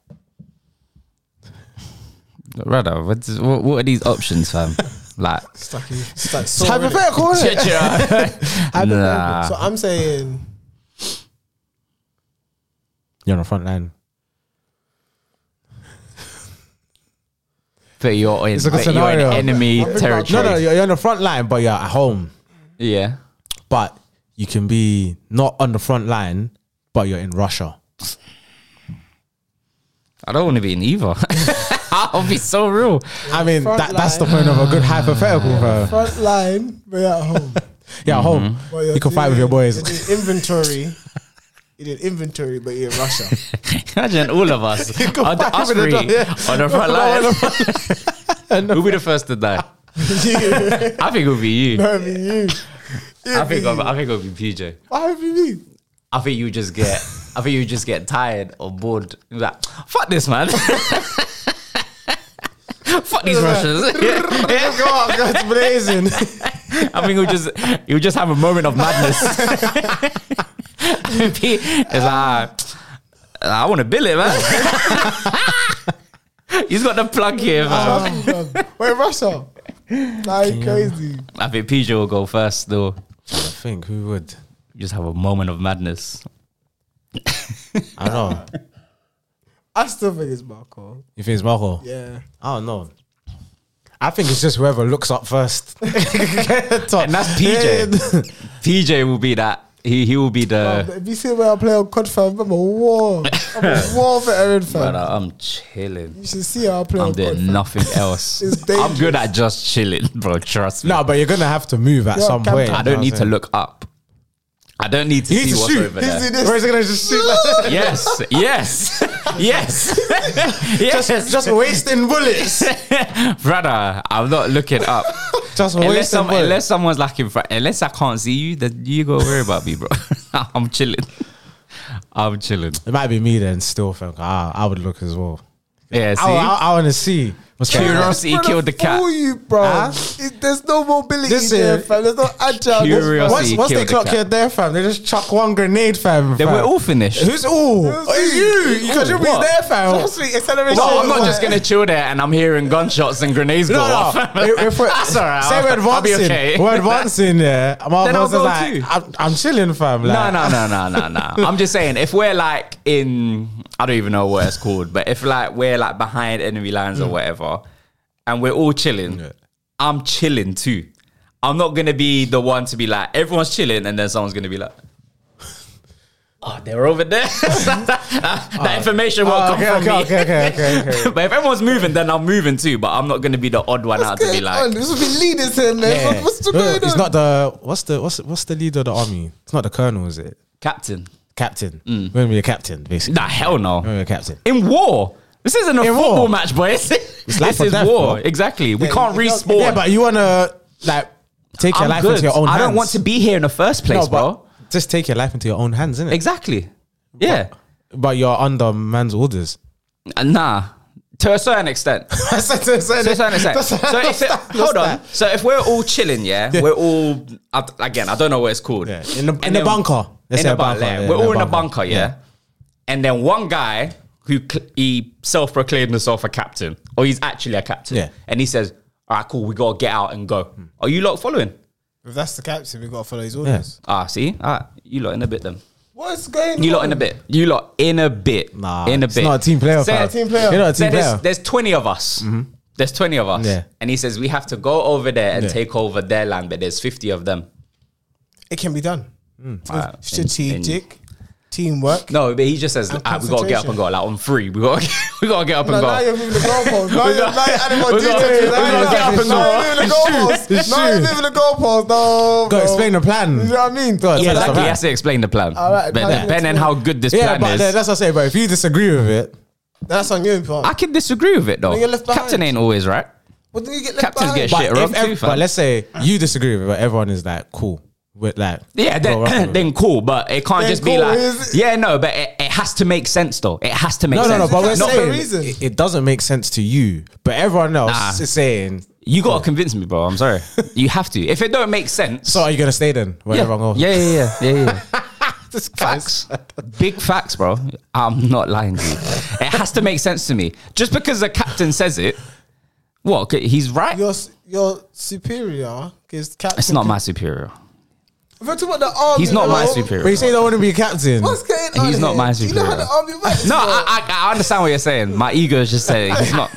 Rather, what, is, what, what are these options, fam? like, Stuck in, stuck It's hypothetical, isn't it? Hypothetical. Nah. So I'm saying You're on the front line. but you're in, It's like a but you're in scenario. enemy I'm thinking about- territory. No, no, you're, you're on the front line, but you're at home. Yeah. But you can be not on the front line, but you're in Russia. I don't want to be in either. I'll be so real. I mean, Front that, that's the line. point of a good hypothetical, bro. front line, but you're at home. Yeah, home. But you're You can fight with your doing- boys. You did inventory. You did inventory, but you're in Russia. Imagine all of us, on, fight us with the three, dog, yeah. on the front line. Who'll be the first to die? you, I think it'll be you. I mean, you. I think it'll, I think it'll be PJ. Why have you mean? I think you just get. I think you just get tired or bored. You're like, fuck this, man. fuck these Russians. Yeah, yeah. God, that's blazing. I think you'll just you'll just have a moment of madness. it's like "Ah, I want to bill it, man. He's got the plug here, Ah. man. Wait, Russia. Like crazy. I think PJ will go first, though. I think who would? Just have a moment of madness. I don't know. I still think it's Marco. You think it's Marco? Yeah. I don't know. I think it's just whoever looks up first. and And that's that's PJ. PJ will be that. He he will be Oh, the. Um, if you see where I play on COD, fam, I'm a war. I'm a war veteran, fam. Brother, I'm chilling. You should see how I play uh, I'm on COD. doing fam. nothing else. It's I'm dangerous. good at just chilling, bro. Trust me. No, but you're gonna have to move at Yeah, some Cam- point. I don't need to look up. I don't need to You see need to what's shoot. over You there. see this? Where's it gonna just shoot? like- Yes, yes, yes, yes. just, just wasting bullets. brother, I'm not looking up. Just Unless, wasting some, bullets. unless someone's like in front, unless I can't see you, then you go worry about me, bro. I'm chilling. I'm chilling. it might be me then. Still, think I, I would look as well. Yeah, see, I, I, I want to see what's going on. Curiosity Brother, killed the cat. Fool you, bro. Huh? It- there's no mobility Listen. there, fam. There's no agile. Curious. Once, Curiosity once they killed the clock cat. you there, fam, they just chuck one grenade, fam. then fam. we're all finished. Who's all? Who's It's you? you. Because Ooh, you'll be what? there, fam. Trust me, acceleration. No, I'm not is- just gonna chill there and I'm hearing gunshots and grenades go No, off. no. If- if we're- That's all right. Say we're I'll- I'll be advancing. okay. We're advancing, yeah. My Then boss I'll is go like, too. I'm, I'm chilling, fam. No, Like, no, no, no, no, no. I'm just saying, if we're like in, I don't even know what it's called, but if like we're like behind enemy lines or whatever, and we're all chilling, I'm chilling too. I'm not gonna be the one to be like everyone's chilling, and then someone's gonna be like. Oh, they're over there. that information won't Oh, come okay, from okay, me. okay, okay, okay, okay. but if everyone's moving, then I'm moving too. But I'm not going to be the odd one out What's to be going on? like, This will be leaders here, man. Yeah. What's the No, going It's on? not the what's the what's what's the leader of the army? It's not the colonel, is it? Captain. Captain. We're gonna be a captain, basically. Mm. Nah, hell no. We're gonna be a captain. in war. This isn't a In football war. match, boys. It's life this or is death, war. bro. Exactly. We Yeah, can't you don't- respawn. Yeah, but you wanna like take your I'm life good. into your own I hands. don't want to be here in the first place, no, bro. but just take your life into your own hands, innit? Exactly. Yeah. But you're under man's orders. Uh, Nah. To a certain extent. To That's what I'm saying. a certain extent. That's So what I'm if it, saying. hold on. So if we're all chilling, yeah, we're all I- again. I don't know what it's called. Yeah, in the- And in the bunker. Let's say in the a bunker, bunker. yeah, we're in all the in a bunker. bunker, yeah. Yeah. And then one guy who cl- he self-proclaimed himself a captain, or he's actually a captain. Yeah. And he says, "All right, cool. We gotta get out and go. Are you lot following? If that's the captain, we got to follow his orders. Ah, see, ah, you lot in a bit then. What's going You on? lot in a bit. You lot in a bit. Nah, in a it's bit. not a team player, Say- fam. team player. You're not a say team player. there's, there's 20 of us. There's 20 of us. Mm-hmm. Yeah. And he says, we have to go over there and Yeah. take over their land, but there's 50 of them. Hmm. It can be done. With Wow. strategic teamwork. No, but he just says, And ah, we gotta get up concentration. and go. Like on three, we gotta we gotta get up and No, go. now you're moving the goalposts. Now We you're got- now you're adding more we got- details. we got Now gap you're and now you're door. moving the goalposts. It's Now you're true. moving the goalposts. No, Go bro. explain the plan. You know what I mean? Go yeah, explain like, the he plan. has to explain the plan. All right, but now then, you then explain. how good this Yeah, plan but is. then that's what I say, bro. If you disagree with it, That's on you, bro. I can disagree with it though. Then you're left behind. Captain ain't always right. But then you get left Captains behind. get but, shit if wrong ev- too, but fam. let's say you disagree with it, but everyone is like cool with like Yeah, go rock with then, it. then cool, but it can't Then just be cool like, is- yeah, no, but it, it has to make sense though. It has to make no, no, sense. no. But we're That's the saying reason. it, it doesn't make sense to you, but everyone else Nah. is saying. you gotta convince me, bro. I'm sorry. You have to. If it don't make sense, So are oh, you gonna stay then? Where yeah, everyone goes? yeah, yeah, yeah, yeah, yeah. This guy's- Facts. Big facts, bro. I'm not lying to you. It has to make sense to me. Just because the captain says it, what? okay, He's right. Your s- your superior gives captain. It's not my superior. If we're talking about the army, He's not my bro, But you superior. say you don't want to be a captain. What's going on? He's not here? my Do You know how the army superior. works. No, bro? I, I, I understand what you're saying. My ego is just saying he's not.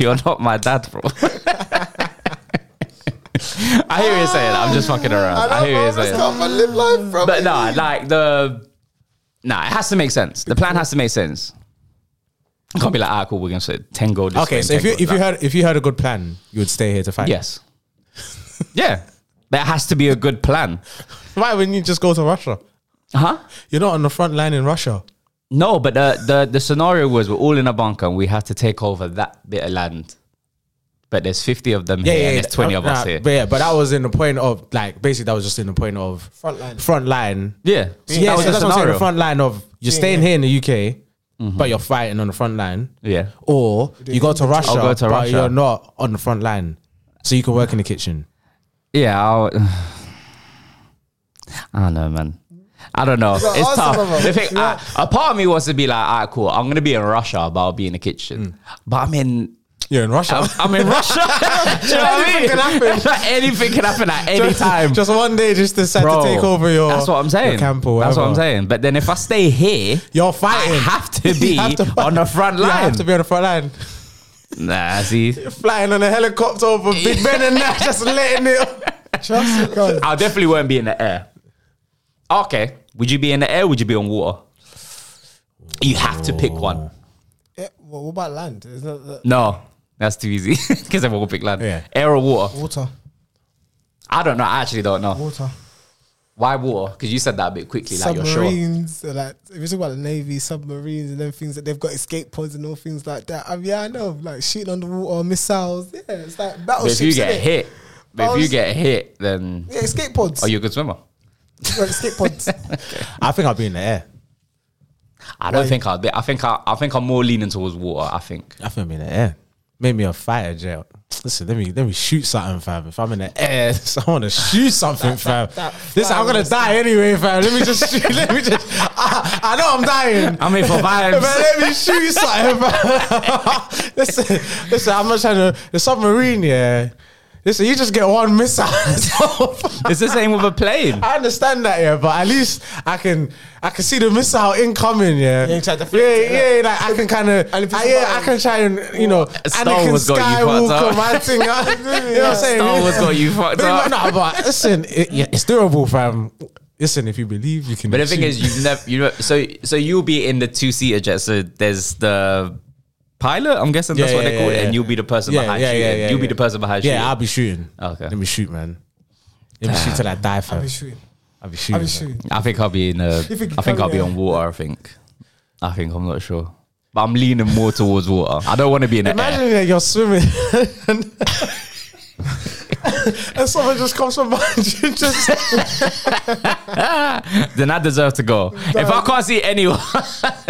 You're not my dad, bro. I hear what you're saying. I'm just fucking around. I, I hear know, what you're bro. I just saying. can't live life, bro. But no, like the no, it has to make sense. The plan has to make sense. I can't be like, ah, cool, we're gonna say ten gold. This way Okay, and so if 10 you goal if you that. had if you had a good plan, you would stay here to fight. yes, yeah, there has to be a good plan, Why wouldn't you just go to Russia? huh? You're not on the front line in Russia. No, but the, the the scenario was we're all in a bunker and we have to take over that bit of land. But there's 50 of them here and there's 20 of us nah, here. But yeah, but that was in the point of like basically that was just in the point of Front line. Front line. yeah, So yeah, that was so that's what the I'm saying. scenario. The front line of you're staying here in the UK, but you're fighting on the front line, yeah, Mm-hmm. or you go to Russia, go to but Russia. you're not on the front line, so you can work in the kitchen. yeah. I'll, I don't know, man. I don't know. It's, like awesome, tough. brother. The thing, I, a part of me wants to be like, all right, cool. I'm gonna be in Russia, but I'll be in the kitchen. Mm. But I'm in, You're in Russia. I'm, I'm in Russia. Do you know what I Anything mean? can happen. Like, anything can happen at any time. Just one day, just decide Bro, to take over your. That's what I'm saying. Your camp or that's what I'm whatever. saying. But then if I stay here, You're I fighting. have to You be have to fight. on the front You line. have to be on the front line. Nah, see, Flying on a helicopter over Big Ben and that, just letting it. Trust God. I definitely won't be in the air. Okay, would you be in the air? Would you be on water? You have to pick one. Yeah, well, what about land? Is that the No, that's too easy because everyone will pick land. Yeah. Air or water? water? I don't know. I actually don't know. Water. Why water? Because you said that a bit quickly, like you're sure. submarines, uh, like if you talk about the navy, submarines, and then things that they've got escape pods and all things like that. I mean, yeah, I know, like shooting underwater missiles. Yeah, it's like But if battleships. you Oh, get innit? hit, but if you Balls- get hit, then yeah, escape pods. are you a good swimmer? Well, escape pods. I think I'll be in the air. I don't think I'll. Be, I think I. I think I'm more leaning towards water. I think. I think I'm in the air. Made me a fighter jet. Listen, let me let me shoot something, fam. If I'm in the air, I want to shoot something, fam. that Listen, I'm gonna fire- die anyway, fam. Let me just shoot. let me just. I, I know I'm dying. I'm in for But vibes. let me shoot something, fam. listen, listen. I'm not trying to. The submarine, yeah. Listen, you just get one missile. it's the same with a plane. I understand that, yeah, but at least I can I can see the missile incoming, yeah. You ain't tried to yeah, fix it, yeah, like I can kind of, And if it's yeah, I about- can try and you know, Star Anakin Wars got you fucked Skywalker, up. my thing, uh, you know what I'm saying? Star Wars got you fucked But up. No, but listen, it, yeah, it's durable, fam. Listen, if you believe, you can. But the thing achieve. is, you've never. You know, so so you'll be in the two seater jet. So there's the pilot. I'm guessing that's Yeah, what yeah, they call yeah, it, yeah. and you'll be the person Yeah, behind yeah, shooting. yeah, yeah, you'll be yeah. the person behind yeah, I'll shooting. be shooting. Okay. let me shoot, man. Let me shoot till I die, fam. I'll be shooting. I'll be I'll be shooting. shooting. i think I'll be in. A, think you I think carry I'll be on. on water. I think. I think I'm not sure. But I'm leaning more towards water. I don't want to be in the air. Imagine that you're swimming. And someone just comes from behind you, just Then I deserve to go. If I can't see anyone,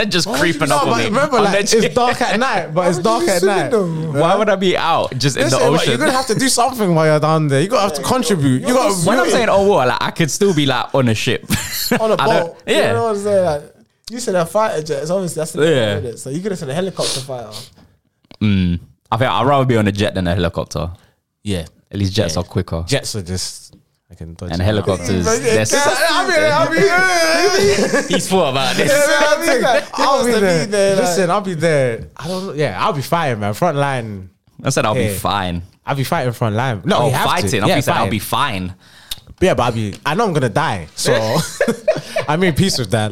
just creeping up No, on but me. remember, on like, the it's dark at night, but it's would you dark be at swimming night. though? Why would I be out just in Listen, the but ocean? you're gonna have to do something while you're down there. You're gonna have to contribute. You got when I'm saying oh well, like I could still be like on a ship, On a I don't- boat. You Yeah, know what I'm saying? Like, you said a fighter jet. It's obviously that's the Yeah. yeah. So you could have said a helicopter fighter. Mm. I think I'd rather be on a jet than a helicopter. yeah, At least jets are quicker, jets are just I can dodge and it. helicopters. But yeah, there's- that's- I mean, I mean, he's thought about this. I mean, Like, he I'll wants be to be there. there, like- Listen, I'll be there. I don't. Yeah, I'll be fighting, man. Front line. I said I'll be Yeah. fine. I'll be fighting front line. No, Oh, you have to. fighting! I'll Yeah, be saying I'll fighting. be fine. Yeah, but I'll be. I know I'm gonna die, so I made peace with that.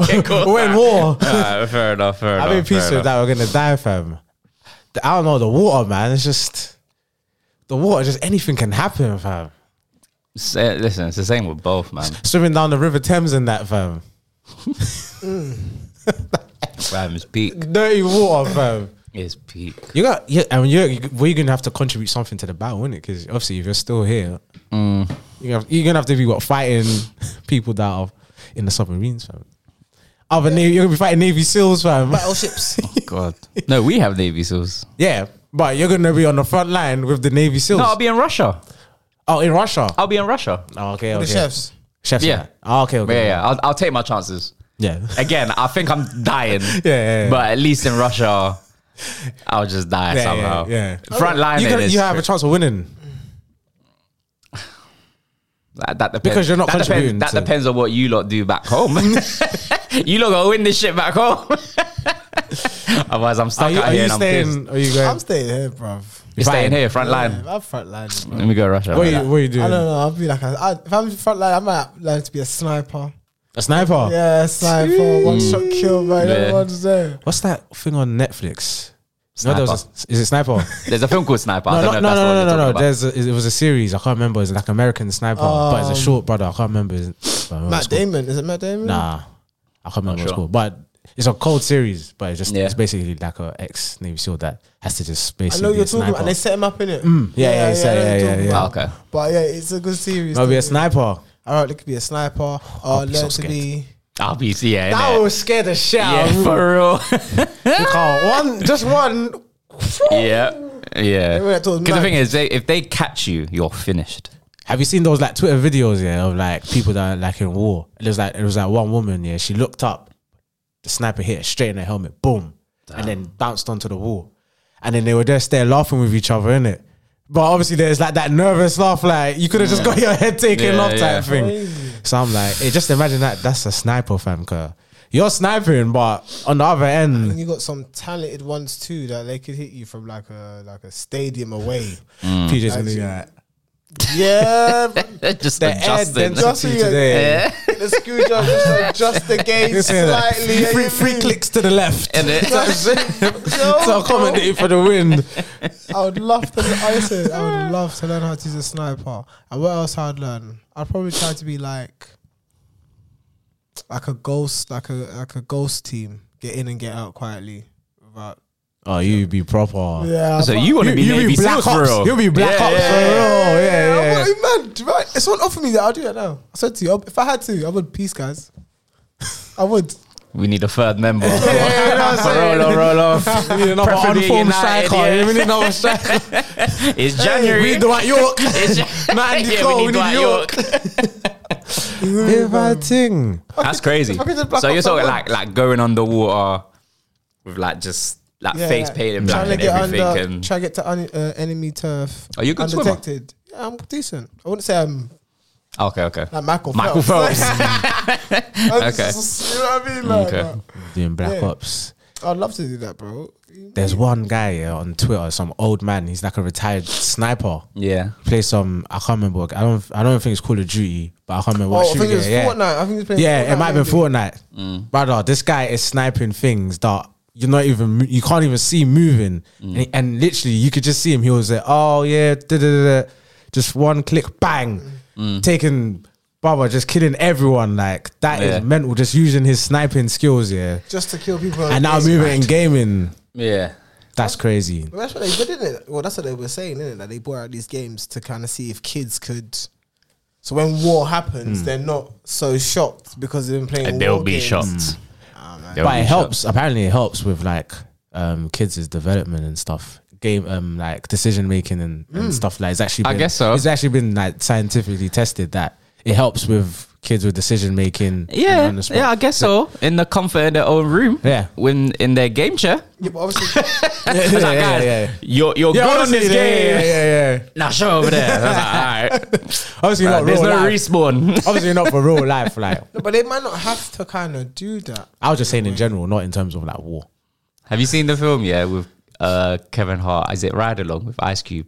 Okay, cool. We're in war. Uh, fair enough. Fair enough. I made fair peace with enough. that. We're gonna die, fam. The- I don't know the water, man. It's just the water. Just anything can happen, fam. S- uh, Listen, it's the same with both, man. Swimming down the River Thames in that, fam. Fam, it's peak. Dirty water, fam. It's peak. You got yeah. I mean, you're, you, well, you're gonna have to contribute something to the battle, isn't it? Because obviously, if you're still here, Mm. you're, gonna have, you're gonna have to be what fighting people that are in the submarines, fam. Other navy, you're gonna be fighting Navy SEALs, fam. Battleships. God. No, we have Navy SEALs. Yeah, but you're gonna be on the front line with the Navy SEALs. No, I'll be in Russia. oh, in Russia. I'll be in Russia. Oh, okay, the okay. chefs. Chefs. Yeah. Yeah. Oh, okay, Yeah, okay. yeah. I'll, I'll take my chances. Yeah. Again, I think I'm dying. yeah, yeah. But at least in Russia, I'll just die Yeah, somehow. yeah, yeah. Front line You, can, is you have a chance of winning. that, that depends. Because you're not that depends- contributing to- that depends on what you lot do back home. you lot gotta win this shit back home. Otherwise, I'm stuck Are you, out are here you and I'm pissed. staying? Are you going? I'm staying here, bruv. You're fine. staying here, front line. Yeah, I'm front line. bruv. Let me go Russia. What are man. you, what are you I don't doing? know. I'll be like, a, I, if I'm front line, I might learn to be a sniper. A sniper. Yeah, sniper, one shot kill, man. Yeah. Everyone's there. What's that thing on Netflix? No, there was a, is it sniper? There's a film called Sniper. I no, don't no, no, know if that's the no, one no, you're no, talking no. about. There's a, it was a series. I can't remember. It's like American Sniper, but Oh. it's a Um, short brother. I can't remember. It's, but it's Matt called- Damon. Is it Matt Damon? Nah, I can't remember what it's sure. called. But it's a cold series. But it's just Yeah. it's basically like a ex Navy SEAL that has to just I basically know be you're a talking sniper. Mm. about, and they set him up in it. yeah, yeah, yeah, I know yeah, you're yeah, talking yeah. about. Oh, okay. But yeah, it's a good series. No, be a though. sniper. All right, it could be a sniper. Or be so learn to scared. be. I'll be yeah. That innit? will scare the shit out of yeah, me. for real. Carl. One, just one. yeah, yeah. Remember that told Because the Matt- thing is, they, if they catch you, you're finished. Have you seen those like Twitter videos, yeah, of like people that are like in war? It was like it was like one woman, yeah, she looked up, the sniper hit her straight in her helmet, boom, and then bounced onto the wall, and then they were just there laughing with each other, innit? But obviously, there's like that nervous laugh, like you could have just got your head taken Yeah, off type yeah. thing. So I'm like, hey, just imagine that. That's a sniper, fam. Cause you're sniping, but on the other end, And you got some talented ones too that they could hit you from like a like a stadium away. Mm. PJ's gonna be like, yeah, but just the air adjusting. density Yeah. today. Yeah. the screwdriver just adjust the gauge Listen, like, slightly. and three, you three move. clicks to the left. And it- to accommodate for the wind. I would love to. I said I would love to learn how to use a sniper. And what else I'd learn? I'd probably try to be like, like a ghost, like a like a ghost team. Get in and get out quietly. Without Oh, you be proper. yeah. so but- you want to be Navy black SEALs for ops. real? You'll be black Yeah, ops yeah, for Oh, yeah. real. Yeah, yeah. I'm not mad, right? If someone offered me that, I'll do that now. I said to you, if I had to, I would peace, guys. I would. We need a third member. Roll off, roll off. We need another Preferably unformed United, striker. yeah. We need another striker. It's We January. need Dwight York. It's- Not Andy Yeah, Cole, we we need need Dwight York. York. ting. That's crazy. Fucking the black So you're ops I talking like like going underwater with like just like Yeah, face like, painted black trying to and get everything. under, and try to get to un, uh, enemy turf. Are you a good swimmer? undetected? Yeah, I'm decent. I wouldn't say I'm okay, okay. like Michael. Michael Phelps. I'm Okay. just- you know what I mean? Like, Okay. uh, Doing black Yeah. ops. I'd love to do that, bro. There's one guy yeah, on Twitter, some old man. He's like a retired sniper. yeah. Play some. I can't remember. What, I don't. I don't think it's Call of Duty, but I can't remember what Oh, I think shooter. it was yeah. Fortnite. I think it's playing. Yeah, Fortnite it might have been maybe. Fortnite. Brother, this guy is sniping things that you're not even, mo- you can't even see moving. And, and literally, you could just see him. He was like, oh, yeah, da, da, da, da." just one click, bang, taking, brother, just killing everyone. Like, that is Yeah. mental, just using his sniping skills, yeah. Just to kill people. And now moving in gaming. Yeah. That's crazy. Well, that's what they did, didn't it? Well, that's what they were saying, isn't it? That they brought out these games to kind of see if kids could. So when war Hmm. happens, they're not so shocked because they've been playing. And they'll war be games. shocked. Ah, man. They'll but be it shocked. helps. Apparently, it helps with like um kids' development and stuff. Game, um, like decision making and, and stuff like. It's actually, Hmm. I been, guess so. It's actually been like scientifically tested that it helps with kids with decision making. Yeah, yeah, I guess so. In the comfort of their own room. Yeah. When in their game chair. Yeah, but obviously, yeah, yeah, It's like, yeah, guys, yeah. you're you're Yeah, good honestly, on this yeah, game. Yeah, yeah, yeah. Now show over there. I was like, all right. Obviously not There's real no life. respawn. Obviously not for real life. Like no, but they might not have to kind of do that. I was just saying in general, not in terms of like war. Have you seen the film? Yeah, with uh, Kevin Hart. Is it Ride Along with Ice Cube?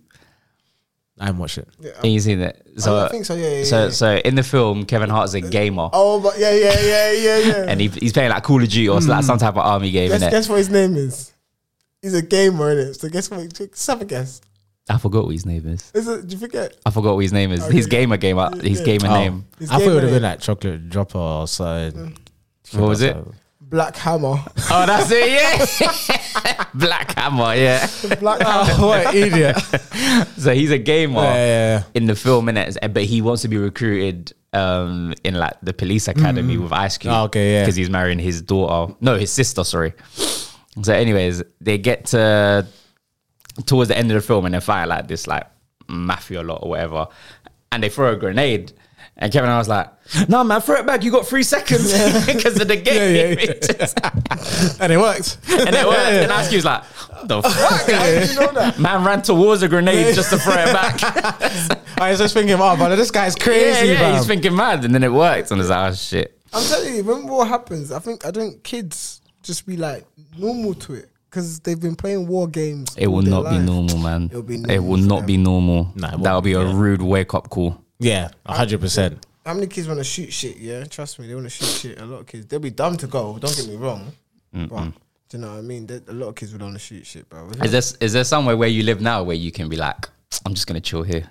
I haven't watched it. Can you see that? So, Oh, uh, I think so, yeah, yeah, so, yeah. so in the film, Kevin Hart's a gamer, Oh, but yeah, yeah, yeah, yeah, yeah. and he, he's playing like Call of Duty or like some type of army game, guess, innit? guess what his name is? He's a gamer, innit? So guess what? Just have a guess. I forgot what his name is. Is it? Do you forget? I forgot what his name is. Okay. His gamer gamer. His Yeah. gamer Oh. name. His I thought it gamer would have name- been like chocolate dropper or something. What was it? Black Hammer. Oh, that's it. Yeah, Black Hammer. Yeah. Black Oh, Hammer. what an idiot! So he's a gamer Yeah, yeah, yeah. in the film, innit? Eh, But he wants to be recruited um, in like the police academy with Ice Cube. Oh, okay, yeah. Because he's marrying his daughter. No, his sister, sorry. So, anyways, they get to towards the end of the film and they fight like this, like mafia lot or whatever. And they throw a grenade. And Kevin I was like, no, man, throw it back. You got three seconds because of the game. Yeah, and it worked. And it worked. And Ice Cube's like, "What the fuck? How did you know that? Man ran towards a grenade just to throw it back. I was just thinking, oh, but this guy's yeah, crazy, yeah, fam. he's thinking mad, and then it worked, and it's like, oh shit. I'm telling you, when war happens, I think I think kids just be like normal to it because they've been playing war games. It all will their not be life. normal, man. It'll be it normal will for not be normal. Nah, it won't That'll be be, a yeah. rude wake up call. yeah, hundred percent. How many kids want to shoot shit? Yeah, trust me, they want to shoot shit. A lot of kids, they'll be dumb to go. Don't get me wrong, but do you know what I mean? They- A lot of kids would want to shoot shit, bro. Is there is there somewhere where you live now where you can be like, I'm just gonna chill here?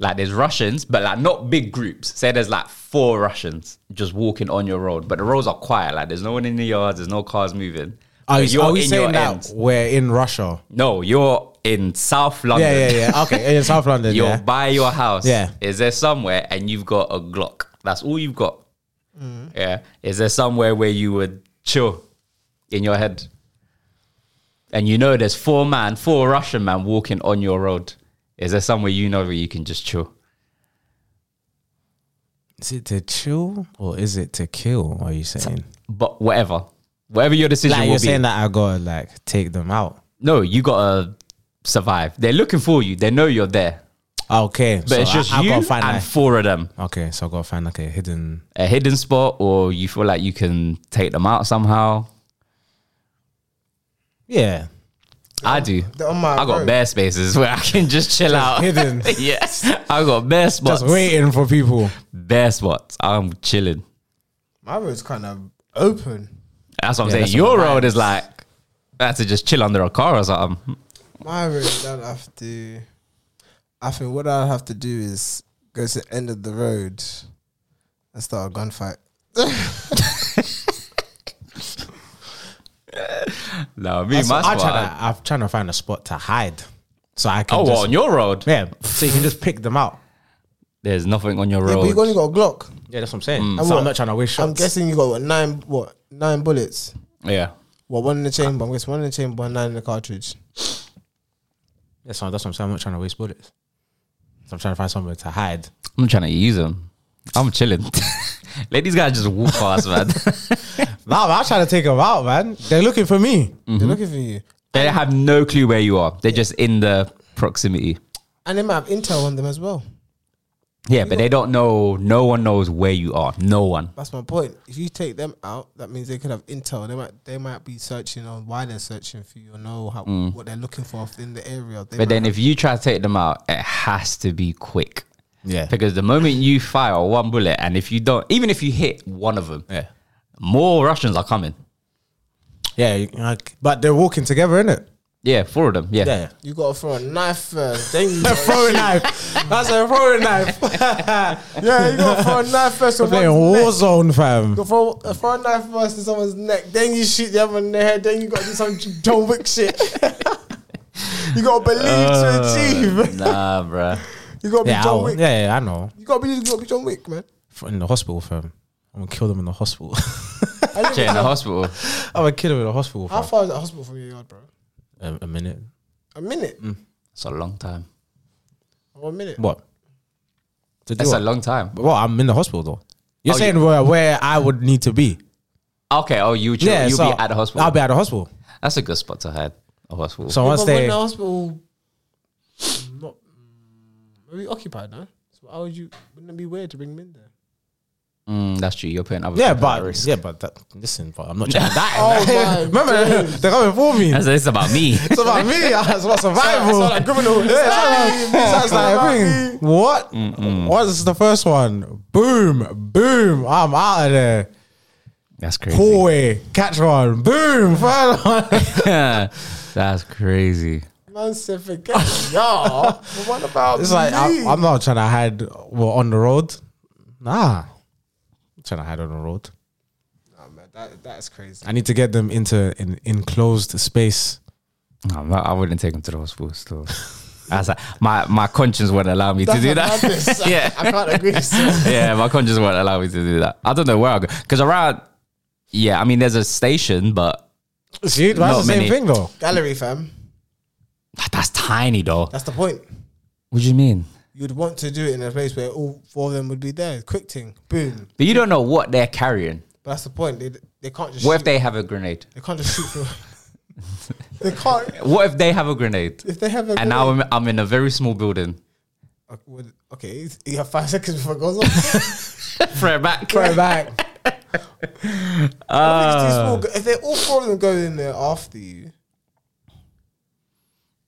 Like there's Russians, but like not big groups. Say there's like four Russians just walking on your road, but the roads are quiet. Like there's no one in the yards, there's no cars moving. Are, But you, are we saying that ends. we're in Russia? No, you're in South London. Yeah, yeah, yeah. Okay, in South London. You're yeah. by your house. Yeah. Is there somewhere and you've got a Glock? That's all you've got. Mm. Yeah. Is there somewhere where you would chill in your head? And you know there's four man, four Russian man walking on your road. Is there somewhere you know where you can just chill? Is it to chill or is it to kill? Are you saying? But whatever. Whatever your decision Like will you're be. saying that I gotta like take them out. no, you gotta survive. They're looking for you. They know you're there. Okay, But it's just I, you I gotta find and like- four of them. okay, so I gotta find like a hidden. A hidden spot or you feel like you can take them out somehow. Yeah, I do. They're on my I got road. bare spaces where I can just chill out. hidden. yes, I got bare spots. just waiting for people. Bare spots. I'm chilling. My road's kind of open. That's what I'm Yeah, saying. that's Your what road mine is like I had to just chill under a car or something. My road don't have to. I think what I'd have to do is go to the end of the road and start a gunfight. No, me my I spot. try to, I'm trying to find a spot to hide, so I can. oh, just, what, on your road? yeah, so you can just pick them out. There's nothing on your Yeah, but road. you only got a Glock. Yeah, that's what I'm saying. Mm. And So what? I'm not trying to waste shots. I'm guessing you got what, nine what nine bullets. yeah. Well, one in the chamber. I'm guessing one in the chamber, and nine in the cartridge. that's, what, that's what I'm saying. I'm not trying to waste bullets. So I'm trying to find somewhere to hide. I'm trying to use them. I'm chilling. Let these guys just walk past, man. Nah, man, I'm trying to take them out, man. They're looking for me. They're looking for you, they have no clue where you are. They're just in the proximity. and they might have intel on them as well. Yeah, but they don't know. No one knows where you are. No one. That's my point. If you take them out, that means they could have intel. They might they might be searching on why they're searching for you or know how, what they're looking for in the area. They But might then if you try to take them out, it has to be quick. Yeah. Because the moment you fire one bullet, and if you don't, even if you hit one of them, Yeah. more Russians are coming. Yeah, you- like, but they're walking together, innit? Yeah, four of them. Yeah. Yeah. you gotta throw a knife first. Then you throwing knife. That's a throwing knife. yeah, you gotta throw a knife first. on Playing one's neck. Warzone, fam. You throw, uh, throw a knife first in someone's neck, then you shoot the other in the head, then you gotta do some John Wick shit. you gotta believe Uh, to achieve. Nah, bruh. You gotta be Yeah, I John will. Wick. yeah, yeah, I know. You gotta be, you gotta be John Wick, man. F- In the hospital, fam. I'm gonna kill them in the hospital. I live Yeah, in in the South- hospital. I'm gonna kill them in the hospital, How fam. far is the hospital from your yard, bro? A, a minute. A minute It's a long time. or a minute? What? To do It's a what? long time. Well, I'm in the hospital though. You're Oh, saying where where I would need to be? Okay. Oh, you chill. you'll so be at the hospital. I'll be at the hospital. That's a good spot to hide. A hospital. So Yeah, once but when they the hospital, mm, not mm, maybe occupied, no. So how would you? Wouldn't it be weird to bring them in there? Mm, that's true. You're putting other Yeah, people at but risk. Oh, yeah, but that, listen, but I'm not trying to die. Remember, they're coming for me. That's, it's about me. It's about me. It's about survival. It's not like criminal. Sounds like a thing. What? What's the first one? Boom, boom. I'm out of there. That's crazy. Hallway, catch one. Boom, third one. that's crazy. Man said, forget y'all. What about It's like I'm, I'm not trying to hide. Well, on the road, nah. I'm trying to hide on the road. that, that's crazy. I need to get them into an enclosed space. No, I'm not- I wouldn't take him to the hospital still. That's like, my my conscience wouldn't allow me to do that. yeah, I can't agree. yeah, my conscience won't allow me to do that. I don't know where I'll go. Because around, yeah, I mean, there's a station, but See, that's the Not same many. thing though. Gallery, fam. that's tiny though. That's the point. What do you mean? You'd want to do it in a place where all four of them would be there. Quick thing, boom. But you don't know what they're carrying. But that's the point. They, they can't just. What shoot. if they have a grenade? They can't just shoot from. they can't. What if they have a grenade? If they have a. And now I'm, I'm in a very small building. Okay, would- okay, it's- you have five seconds before it goes off. Throw it back. Throw it back. I think it's too small. Go- If they're all four of them going in there after you,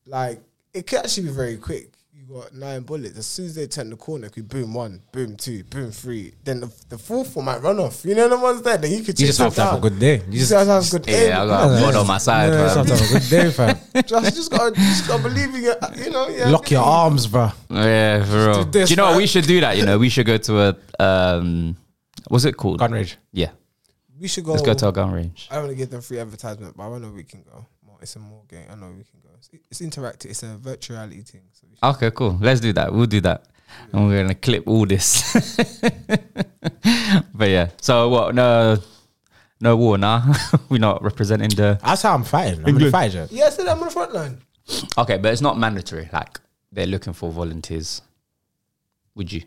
like it could actually be very quick. You got nine bullets. As soon as they turn the corner, it could be boom one, boom two, boom three. Then the, the fourth one might run off. You know the ones there. Then you could You chase just them have to have Have down. a good day. You You just, just have a good aim. Yeah, I got a blood on my side. Yeah, fam. just have a good day, fam. just, just gotta, just gotta believe in your, you know. Yeah, Lock your arms, bro. Yeah, for real. do this, Do you know what? man. we should do that? You know, we should go to a um, what's it called? Gun range. Yeah, We should go. let's go to a gun range. I don't want to give them free advertisement, but I know we can go. More- It's a more game. I know we can go. It's, it's interactive. It's a virtual reality thing. So we should. Okay, cool. Let's do that. We'll do that, and we're gonna clip all this. but yeah, so what? No, no war. Nah, we're not representing the. That's how I'm fighting. I'm gonna fight you. Yeah, so I'm on the front line. Okay, but it's not mandatory. Like they're looking for volunteers. Would you?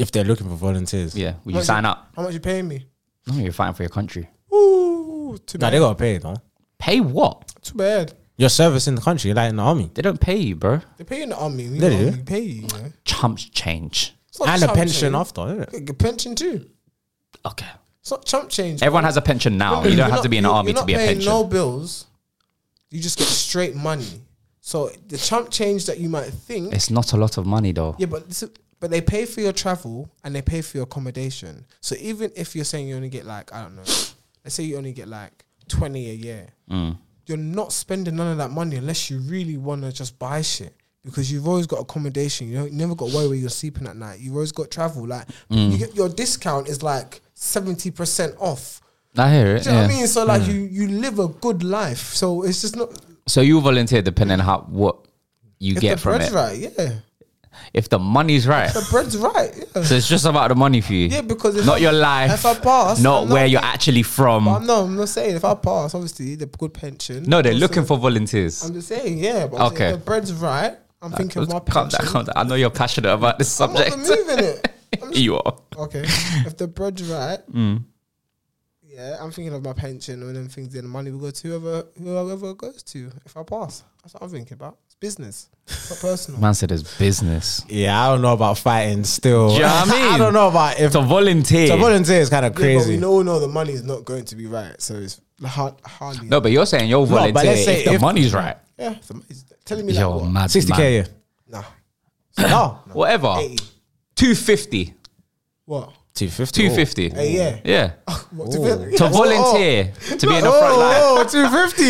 If they're looking for volunteers, Yeah. Would you What's sign up? How much you paying me? No, you're fighting for your country. Ooh, too nah, bad. they gotta pay, no. Pay what? too bad. Your service in the country, like in the army, They don't pay you, bro. They pay you in the army. We They know do. we pay you. you know? Chumps change. It's not and a chump pension change. after, isn't it? You get pension too. Okay. It's not chump change. Everyone has a pension now. You You're don't have not- to be in the you- army you're to not be a paying pension. No bills. You just get straight money. So the chump change that you might think It's not a lot of money though. Yeah, but this is, but they pay for your travel and they pay for your accommodation. So even if you're saying you only get like I don't know, let's say you only get like twenty a year, Mm. you're not spending none of that money unless you really want to just buy shit because you've always got accommodation. You know, you never got to worry where you're sleeping at night. You've always got travel. Like Mm. you get your discount is like seventy percent off. I hear it. Do you know yeah. Mm. what I mean? So like you you live a good life. So it's just not So you volunteer depending on how what you if get the from bread's it. right, yeah. If the money's right. The bread's right, yeah. So it's just about the money for you. Yeah, because if not I- your life. if I pass, not I'm where not- you're actually But from. I'm no, I'm not saying if I pass, obviously the good pension. No, they're Also, looking for volunteers. I'm just saying, yeah. But okay. Okay. Uh, the bread's right. I'm thinking my Calm pension. down, calm down. I know you're passionate about this I'm not subject. removing it. I'm just, you are. okay. If the bread's right, Mm. yeah, I'm thinking of my pension and them things. Then the money will go to whoever whoever it goes to. If I pass, that's what I'm thinking about. It's business, it's not personal. Man said it's business. Yeah, I don't know about fighting still. Do you know what I mean? don't know about if To volunteer. so volunteer is kind of Yeah, but crazy. we all know the money is not going to be right, so it's hard, hardly. no, but you're saying you'll but volunteer let's say if the if- money's right. Yeah, if the money's telling me like You're what? mad. 60k man. a year. Nah, No, Whatever. eighty. 250. What? 250. 250. A year. Yeah. What to To volunteer to be in the front line. Oh, 250.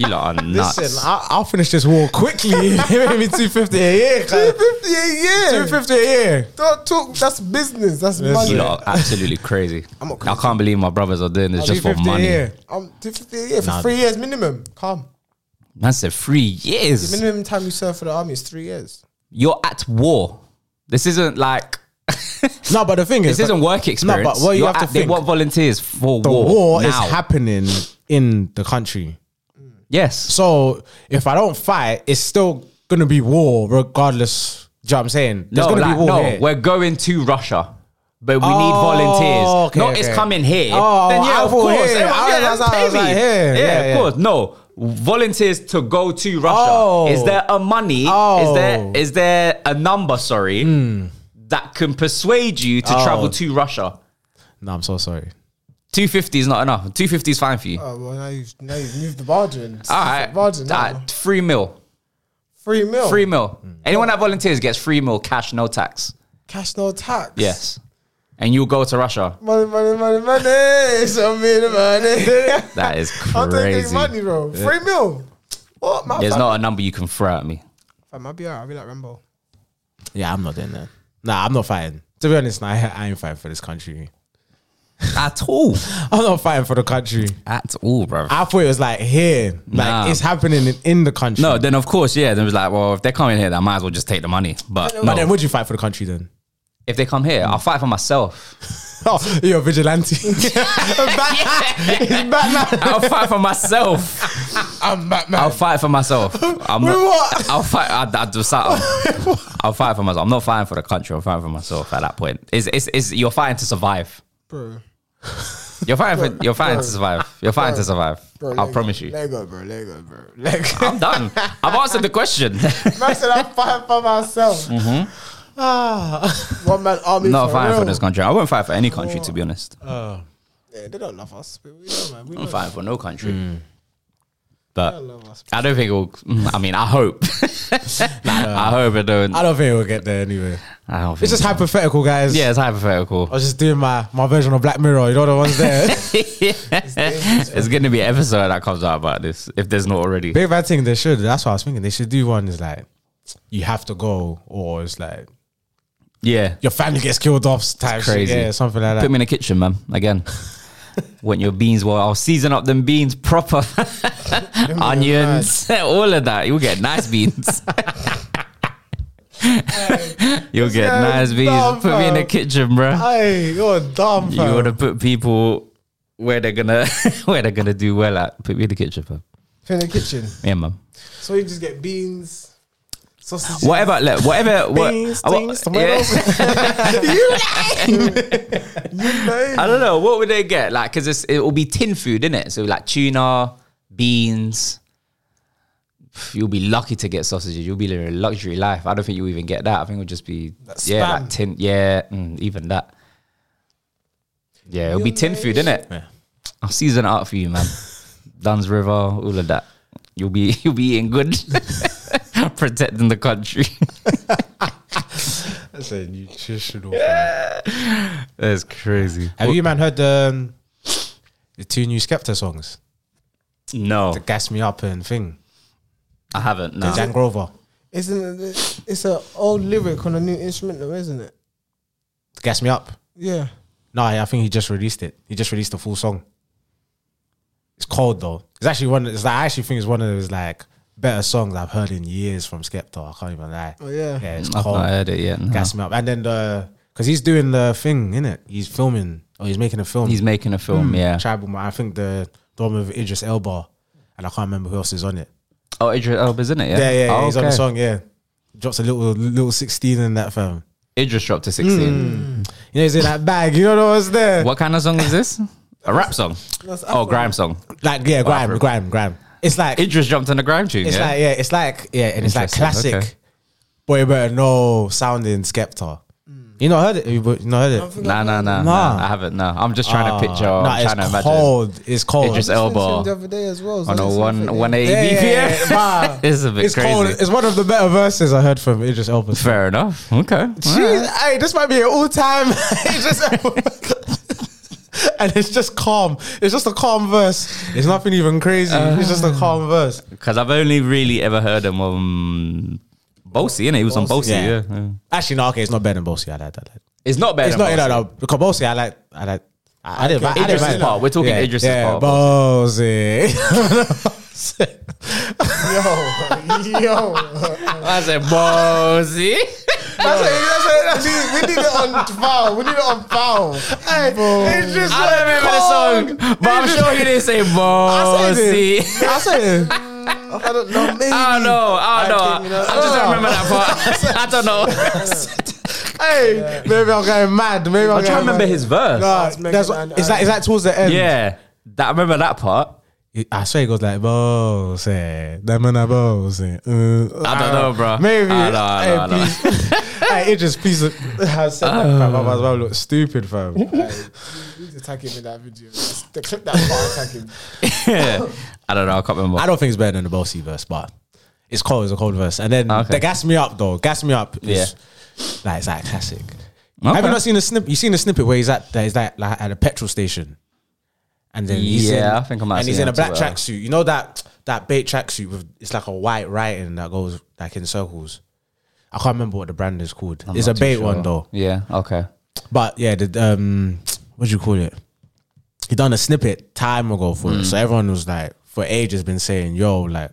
You lot are nuts. Listen, I, I'll finish this war quickly. Maybe 250 a year. cuz. 250 a year. 250 a year. Don't talk. That's business. That's you money. lot are absolutely crazy. I'm not I can't believe my brothers are doing this just for 250 a money. year. I'm 250 a year for Nah. three years minimum. Calm. Man said three years. Minimum time you serve for the army is three years. You're at war. This isn't like this No, but the thing is, isn't work No, experience. but what you You're have to at- they think- want volunteers for the war. war now. is happening in the country. Yes. So if I don't fight, it's still gonna be war regardless. Do you know what I'm saying? There's No, gonna like, be war no, here. we're going to Russia. But we need Oh, volunteers. okay, Not okay. it's coming here. Oh, then yeah, I of thought course. here. Everyone- I- yeah, that's then how I was pay me. like, here. Yeah, Yeah, of yeah. course. No. Volunteers to go to Russia. Oh. Is there a money? Oh. Hmm. Is there is there a number, sorry, that can persuade you to Oh. travel to Russia. No, I'm so sorry. 250 is not enough. 250 is fine for you. Oh well, now you've now you've moved the margin. All right. margin. now. That, free meal. Free mil. Free meal. Anyone that volunteers gets free meal, cash, no tax. cash, no tax. Yes. And you'll go to Russia. Money, money, money, money. Show me the money. That is I'm taking crazy. money, bro. Free mil. What? My There's fam- not a number you can throw at me. fam, I'll be alright. I'll be like Rambo. Yeah, I'm not doing that. Nah, I'm not fighting. To be honest, nah, I, I ain't fighting for this country. At all. Ah. I'm not fighting for the country. At all, bro. I thought it was like here, like Nah. it's happening in, in the country. No, then of course, yeah. Then it was like, well, if they're coming here, then I might as well just take the money. But but then no, would you fight for the country then? if they come here, I'll fight for myself. Oh, you're a vigilante. Batman. Batman. I'll fight for myself. I'm Batman. I'll fight for myself. I'm Wait, not, what? I'll fight. I'll, I'll do something. I'll fight for myself. I'm not fighting for the country. I'm fighting for myself at that point. Is is is you're fighting to survive. Bro, You're fighting for. You're fighting to Bro. survive. You're fighting to survive. bro. I let promise go. you. Let go, bro. Let go, bro. Let go. I'm done. I've answered the question. Man said I'm fighting for myself. Ah. One man army. not for Mm-hmm. fighting real. for this country. I won't fight for any country to be honest. Yeah, they don't love us, but we know, man. We I'm know. fighting for no country. Mm. They But don't love us. I don't think it will. mm, I mean, I hope. I hope it don't. I don't think we'll get there anyway. I don't think It's just so. hypothetical, guys. Yeah, it's hypothetical. I was just doing my, my version of Black Mirror. You know the ones there. It's going to be an episode that comes out about this if there's not already. Big bad thing they should. That's what I was thinking. They should do one is like you have to go, or it's like Yeah. your family gets killed off. Type crazy. Shit. Yeah, something like Put that. me in the kitchen, man. Again. Want your beans? Well, I'll season up them beans proper. Onions, all of that. You'll get nice beans. You'll get Yeah, nice beans. dumb, Put me in the fam. kitchen, bro. Hey, you're dumb. You want to put people where they're gonna where they're gonna do well at. Put me in the kitchen, fam. in the kitchen. Yeah, man. So you just get beans, sausages. Whatever, like, whatever. what- Beans, I wa- things, yeah. tomatoes. You know. I don't know. What would they get? Like, because it's it will be tin food, innit? So like tuna, beans. You'll be lucky to get sausages. You'll be living a luxury life. I don't think you'll even get that. I think it'll just be yeah, spam. like tin. Yeah, mm, even that. Yeah, it'll be You're tin food, innit? Yeah. I'll season it up for you, man. Duns River, all of that. You'll be you'll be eating good, protecting the country. That's a nutritional. That's crazy. Have you man heard the, um, the two new Skepta songs? No, Oh. The Gas Me Up and Thing. I haven't. No. The Jan Grover. Isn't it? It's an old lyric on a new instrument, though, isn't it? The Gas Me Up. Yeah. No, I I think he just released it. He just released the full song. It's cold though. It's actually one. It's like, I actually think it's one of those like better songs I've heard in years from Skepta. I can't even lie. Oh yeah. Yeah, it's I've not cold. heard it yet. no. Gas me up. And then the because he's doing the thing in it. He's filming. Oh, he's making a film. He's making a film, yeah. tribal. Man. I think the the one with Idris Elba, and I can't remember who else is on it. Oh, Idris Elba's in it, yeah. Yeah, yeah, yeah oh, he's on the song. Yeah, drops a little little sixteen in that film. Idris dropped to sixteen. You know, he's in that bag. You know what's there? What kind of song is this? A rap song? That's Oh, Afro. grime song. Like yeah, grime, Afro. grime, grime. It's like Idris jumped on the grime tune. It's yeah? like yeah, it's like yeah, and it's like Interesting, classic. okay. Boy, better know sounding Skepta. Mm. You not heard it? You bu- you not heard it? nah, nah, nah, nah, Nah. I haven't. No, I'm just trying to picture. Ah. Nah, I'm trying to it's imagine. cold. It's cold. Idris I listened to him Elba The other day as well. so on I a listened to one it. one eighty Yeah, yeah, yeah, BPM. nah. It's a bit It's crazy. cold. It's one of the better verses I heard from Idris Elba. Fair enough. Okay. Jeez, hey, this might be an all-time Idris Elba. And it's just calm. It's just a calm verse. It's nothing even crazy. Uh. it's just a calm verse. Because I've only really ever heard him on Bossy, innit? He was on Bossy, Yeah. yeah. yeah. Actually, no. Okay, it's not better than Bossy. I like that. It's not bad. It's not no, no, because Bossy. I like. I like. I, I didn't. I didn't Idris's mind. part. We're talking Idris's yeah, part. Bossy. Yo, yo. I said Bossy. That's what, that's what, that's what, we need it on foul. We need it on foul. Hey, it's just I don't remember the song, but I'm sure he didn't say Bossy. I said. I don't know. Maybe. I don't know. I don't know. I, think, you know, just don't remember that part. I don't know. Hey, maybe I'm going mad. Maybe I'm, I'm trying to remember his verse. Nah, It's Mega that's Man, what, is that is that towards the end? Yeah, that I remember that part. I swear it goes like Bossy, that man a Bossy. Uh, I don't know, bro. Maybe. I don't know, I don't know. hey, please. Hey, it just piece of has said that fam. I might as well look stupid, fam. He's attacking me in that video. The clip that part attacking. I don't know. I can't remember. I don't think it's better than the Bossy verse, but it's cold. It's a cold verse. And then Okay. the gas me up though. Gas me up. Is, like it's like classic. Have Okay. you not seen the snip? You seen the snippet where he's at? That is that like at a petrol station, and then he's in, Yeah, I think I might have And he's seen in a that black as well. tracksuit. You know that that bait tracksuit with it's like a white writing that goes like in circles. I can't remember what the brand is called. I'm it's a not too bait sure. one though. Yeah. Okay. But yeah, the um, what do you call it? He done a snippet time ago for Mm. it, so everyone was like, for ages, been saying, "Yo, like,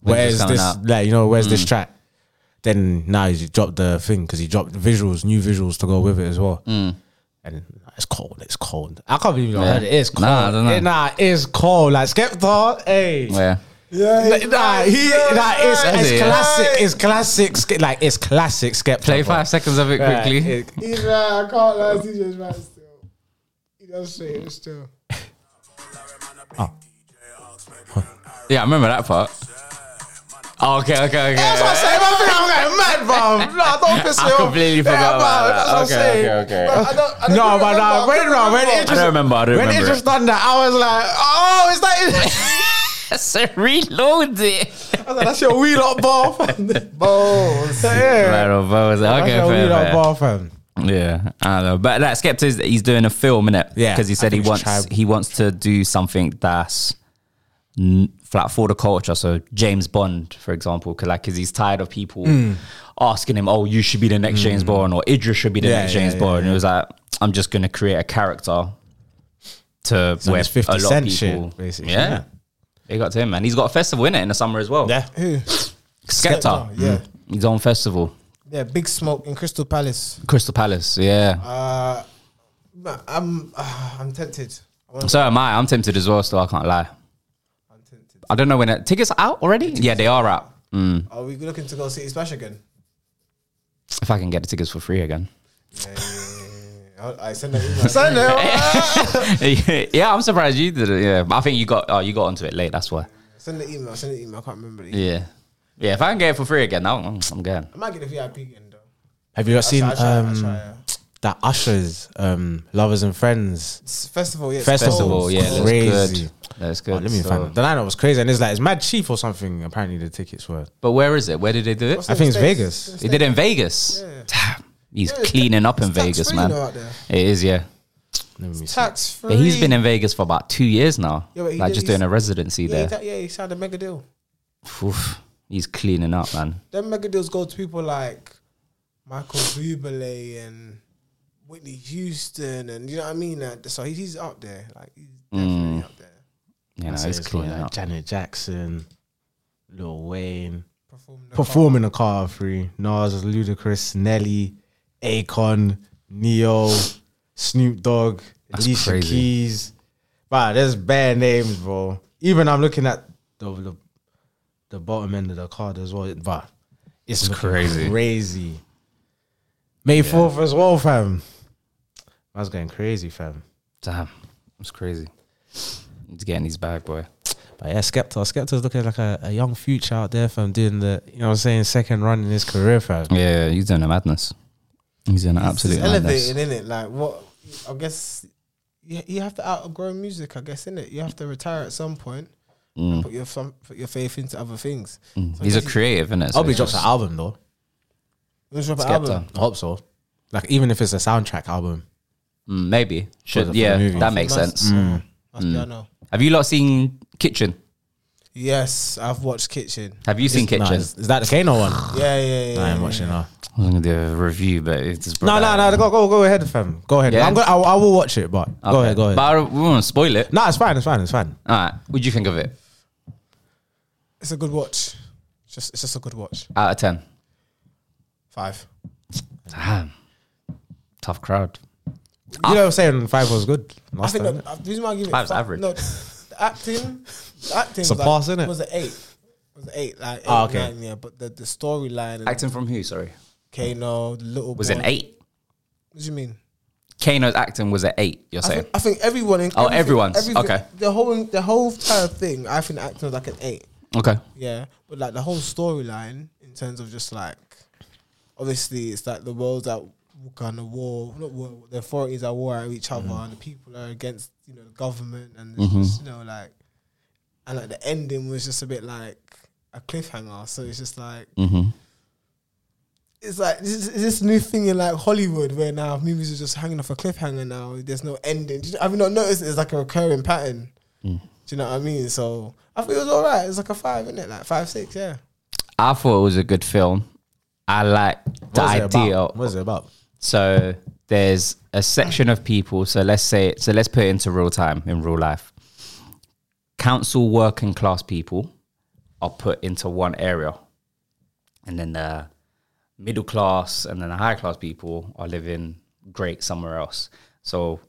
When's where's this coming this? out? Mm. Like, you know, where's this track?" Then now he dropped the thing because he dropped visuals, new visuals to go with it as well. And it's cold. It's cold. I can't believe you Mm. Yeah. heard it. It's cold. Nah, I don't know. It- nah, it's cold. Like Skepta, hey. Yeah. Yeah, Like, Nah, he, nah, it's, That's it's it, yeah. classic. It's classic. Ske- Like it's classic Skepta. Play bro. five seconds of it Like, quickly. it- He's right. I can't lie. CJ's right still. He does say it still. yeah, I remember that part. Oh, okay. Okay. Okay. That's what I'm saying. Man, I'm getting mad, bro. No, don't piss me I off. completely forgot about man, that. That's what I'm Okay, saying. okay, okay. Bro, I don't- I don't No, but remember. nah, I when, couldn't nah, when remember. it I just, don't remember. I don't when it remember. just done that, I was like, oh, is that so reload it. it? I was like, that's your wheel up bar, fam. Balls. Yeah. Right, oh, bro, was it- That's okay, your fair, wheel up fair. bar, fam. Yeah, I don't know. But that Skepta is he's doing a film, innit? Yeah, because he I said he think we wants should try- he wants to do something that's n- flat for the culture. So James Bond, for example, because like because he's tired of people Mm. asking him, "Oh, you should be the next James Bond," or "Idris should be the Yeah, next yeah, James yeah, Bond." And it was like, I'm just gonna create a character to on where his 50 a lot of Cent people, shit, basically, yeah. yeah. They got to him, man. He's got a festival in it in the summer as well. Yeah. Skepta, Mm. yeah. his own festival, Yeah, big smoke in Crystal Palace. Crystal Palace. Yeah, Uh, but I'm uh, I'm tempted. I wanna- So am I. I'm tempted as well. Still, I can't lie. I'm tempted. I don't know when it, tickets are out already. Yeah, they are out. Mm. Are we looking to go City Splash again? If I can get the tickets for free again. Yeah, yeah, yeah, yeah. I I send an email. Send it. yeah, I'm surprised you did it. Yeah, but I think you got oh you got onto it late. That's why. Send the email. Send the email. I can't remember. The email. Yeah, yeah. If I can get it for free again, I'm, I'm going. I might get a VIP again though. Have you not seen I try, I try, um, yeah. that Usher's um, Lovers and Friends? It's festival. Yeah, it's Festival, cold. Festival. Yeah, Cool. that's Crazy. good. That's Oh, good. let me So- find out. The lineup was crazy, and it's like it's Mad Chief or something. Apparently, the tickets were. But where is it? Where did they do it? What's the I think it's States? Vegas. It's They did it in Vegas. Damn, he's Yeah, it's cleaning up in tax Vegas, free, man. You know, out there. It is, yeah. Let me see. Tax free. But he's been in Vegas for about two years now. Yeah, but he like did- just he's- doing a residency Yeah, he, there. ta- yeah, he signed a mega deal. Oof, he's cleaning up, man. Them mega deals go to people like Michael Bublé and Whitney Houston, and you know what I mean. Like, so he's, he's up there. Like he's definitely up there. You know, So he's it's got, cleaning like, up. Janet Jackson, Lil Wayne. Performing the Perform in a car free. Nas, Ludacris, Nelly, Akon, Neo, Snoop Dogg, That's Alicia crazy. Keys. Wow, there's bare names, bro. Even I'm looking at the the, the bottom end of the card as well. But it's crazy. crazy. Crazy. May 4th as well, fam. I was going crazy, fam. Damn, it's crazy. He's getting his bag, boy. But yeah, Skepta, Skepta's looking like a, a young future out there, fam, doing the, you know what I'm saying, second run in his career, fam. Yeah, he's doing a madness. He's doing an absolute It's elevated, madness. isn't it? Like what? I guess you, you have to outgrow music. I guess in it, you have to retire at some point. And put your thumb, put your faith into other things. So Mm. He's a does he- creative, isn't it? I'll be drops an album, though. Let's drop an Skepta. album. I hope so. Like even if it's a soundtrack album. Mm, maybe. For the- Should for Mm. yeah, the movie. that makes Must- sense. Must be, I know. Have you lot seen Kitchen? Yes, I've watched Kitchen. Have you seen Nah, Kitchen? is, is that the Kano one? Yeah, yeah, yeah. I yeah. am watching now. I was gonna do a review, but it's just No, no, no. Go, go, go ahead, fam. Go ahead. Yeah? I'm gonna, I, I will watch it, but go Okay, ahead, go ahead. But I don't- we won't spoil it. no, it's fine. It's fine. It's fine. All right, what'd you think of it? It's a good watch. It's just, it's just a good watch. Out of ten, Five. damn, tough crowd. You know what I'm saying? Five was good. I Last think time. the, uh, the reason why I give it Five's five- average. No, the acting, the acting a was like- pass, innit? Was an eight. Was an eight, like eight, Ah, okay. nine, yeah. But the the storyline, and Acting from who? Sorry, Kano, the little was boy. an eight. What do you mean? Kano's acting was an eight. You're I saying? think, I think everyone. In, Oh, everything- everyone's. everything- Okay. The whole the whole entire thing, I think acting was like an eight. Okay. Yeah, but like the whole storyline in terms of just like obviously it's like the world's at kind of war, not war, the authorities are war at each other, and the people are against you know the government, and it's just, you know like, and like the ending was just a bit like a cliffhanger. So it's just like Mm-hmm. it's like this, is- this new thing in like Hollywood where now movies are just hanging off a cliffhanger now. There's no ending. Do you- Have you not noticed? It's like a recurring pattern. Do you know what I mean? So I think it was all right. It's like a five, isn't it? Like five, six, yeah. I thought it was a good film. I like the What's it idea. about? What's it about? So there's a section of people. So let's say, so let's put it into real time in real life. Council working class people are put into one area, and then the middle class and then the high class people are living great somewhere else. So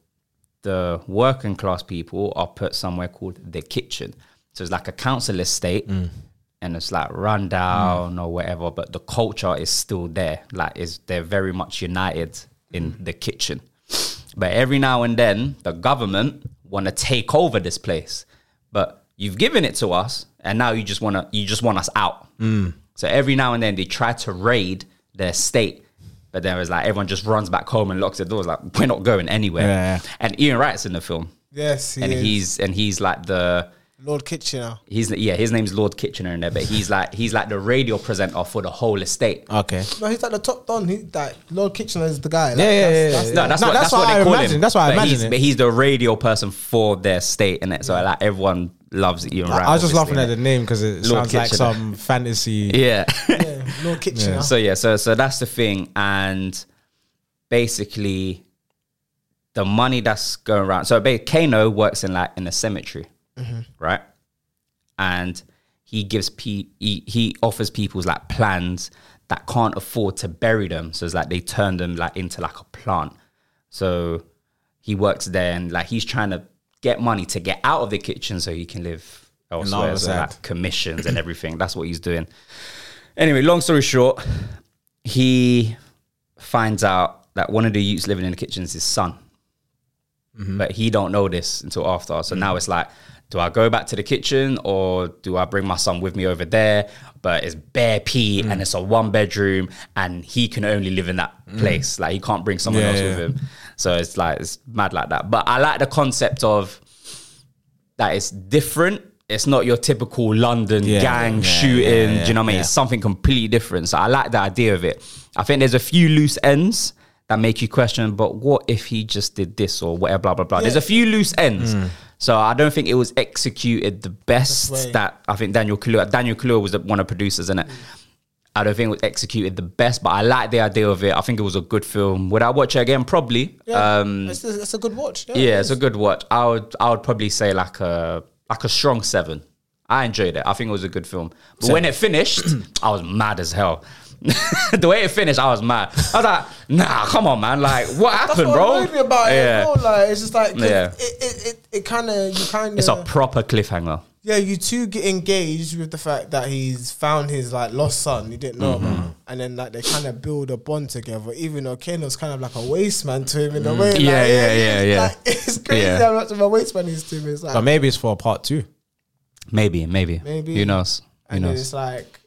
the working class people are put somewhere called the kitchen. So it's like a council estate and it's like rundown or whatever, but the culture is still there. Like is they're very much united in the kitchen. But every now and then the government wanna take over this place. But you've given it to us and now you just wanna you just want us out. So every now and then they try to raid the estate. But then it's like everyone just runs back home and locks the doors. Like we're not going anywhere. Yeah. And Ian Wright's in the film, Yes, he and is. he's and he's like the Lord Kitchener. he's yeah his name's Lord Kitchener in there, but he's like he's like the radio presenter for the whole estate. Okay. No, he's like the top don. He like Lord Kitchener is the guy. Like, Yeah, yeah, that's- yeah, that's- yeah, No, that's, what, that's, what, I they call imagine. him. That's what I but imagine He's, it. but he's the radio person for their state, and it so like everyone loves Ian Wright. I was just laughing obviously, at the name because it Lord sounds like Kitchener. some fantasy. innit? Yeah. yeah, Lord Kitchener. So yeah, so so that's the thing, and basically, the money that's going around. So ba- Kano works in like in a cemetery, right? And he gives pe- he, he offers people's like plans that can't afford to bury them, so it's like they turn them like into like a plant. So he works there, and like he's trying to get money to get out of the kitchen so he can live elsewhere, other so side. like commissions and everything. That's what he's doing. Anyway, long story short, he finds out that one of the youths living in the kitchen is his son. Mm-hmm. But he don't know this until after. So now it's like, do I go back to the kitchen or do I bring my son with me over there? But it's bare pee Mm. and it's a one bedroom and he can only live in that place. Like he can't bring someone Mm. Yeah, else yeah. with him. So it's like it's mad like that. But I like the concept of that it's different. It's not your typical London Yeah, gang yeah, shooting. yeah, yeah, do you know what I mean? yeah. It's something completely different. So I like the idea of it. I think there's a few loose ends that make you question, but what if he just did this or whatever, blah, blah, blah. There's a few loose ends. Hmm. So I don't think it was executed the best Best way. that I think Daniel Kaluuya, Daniel Kaluuya was the, one of the producers in it. I don't think it was executed the best, but I like the idea of it. I think it was a good film. Would I watch it again? Probably. Yeah, Um, that's, a, that's a good watch. Yeah, yeah, it's a good watch. I would I would probably say like a like a strong seven. I enjoyed it. I think it was a good film. But when it finished, I was mad as hell. the way it finished, I was mad. I was like, nah, come on, man. Like, what That's happened, what bro? annoyed me about it. yeah. Bro. Like it's just like 'cause Yeah. it it it, it kind of you kind of It's a proper cliffhanger. yeah, you two get engaged with the fact that he's found his like lost son you didn't know Mm-hmm. about, and then like they kind of build a bond together. Even though Kano's kind of like a waste man to him in a way. like, Mm. Yeah, yeah, yeah, it's yeah. Like, it's crazy Yeah. how much of a waste man is to him. It's But like maybe it's for part two. Maybe, maybe. Maybe. Who knows? Who and then knows? it's like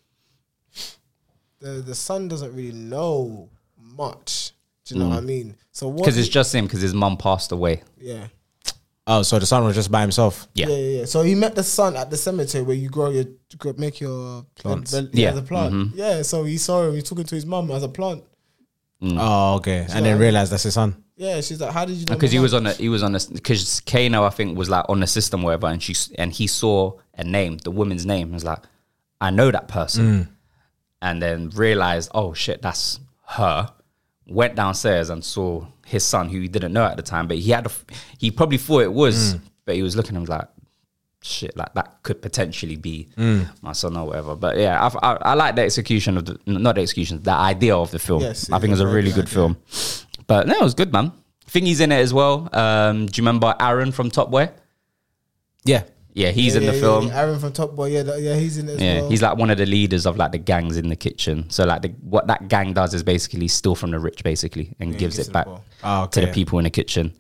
the the son doesn't really know much. Do you know what I mean? So what? Because Mm. it's just him, because his mum passed away. yeah. Oh, so the son was just by himself. Yeah. Yeah. yeah, yeah. So you met the son at the cemetery where you grow your grow, make your Plants. The, yeah, Yeah. Mm-hmm. the plant. Yeah. So he saw him. He took it to his mum as a plant. Mm. Oh, okay. And then realized that's his son. Yeah. She's like, how did you? know Because my he mum?" was on a he was on a because Kano I think was like on the system or whatever, and she s- and he saw a name, the woman's name, and was like, I know that person, and then realized, oh shit, that's her. Went downstairs and saw his son, who he didn't know at the time, but he had a, f- he probably thought it was, but he was looking at him like, shit, like that could potentially be my son or whatever. But yeah, I, I, I like the execution of the not the execution, the idea of the film. Yes, I think it was a it's a really very good film. But no, it was good, man. I think he's in it as well. Um, do you remember Aaron from Top Boy? Yeah. Yeah, he's Yeah, in yeah, the yeah, film. yeah. Aaron from Top Boy. Yeah, that, yeah. He's in it as Yeah, well. he's like one of the leaders of like the gangs in the kitchen. So like the, what that gang does is basically steal from the rich, basically, and gives gives it it back all. Oh, to okay. the people in the kitchen.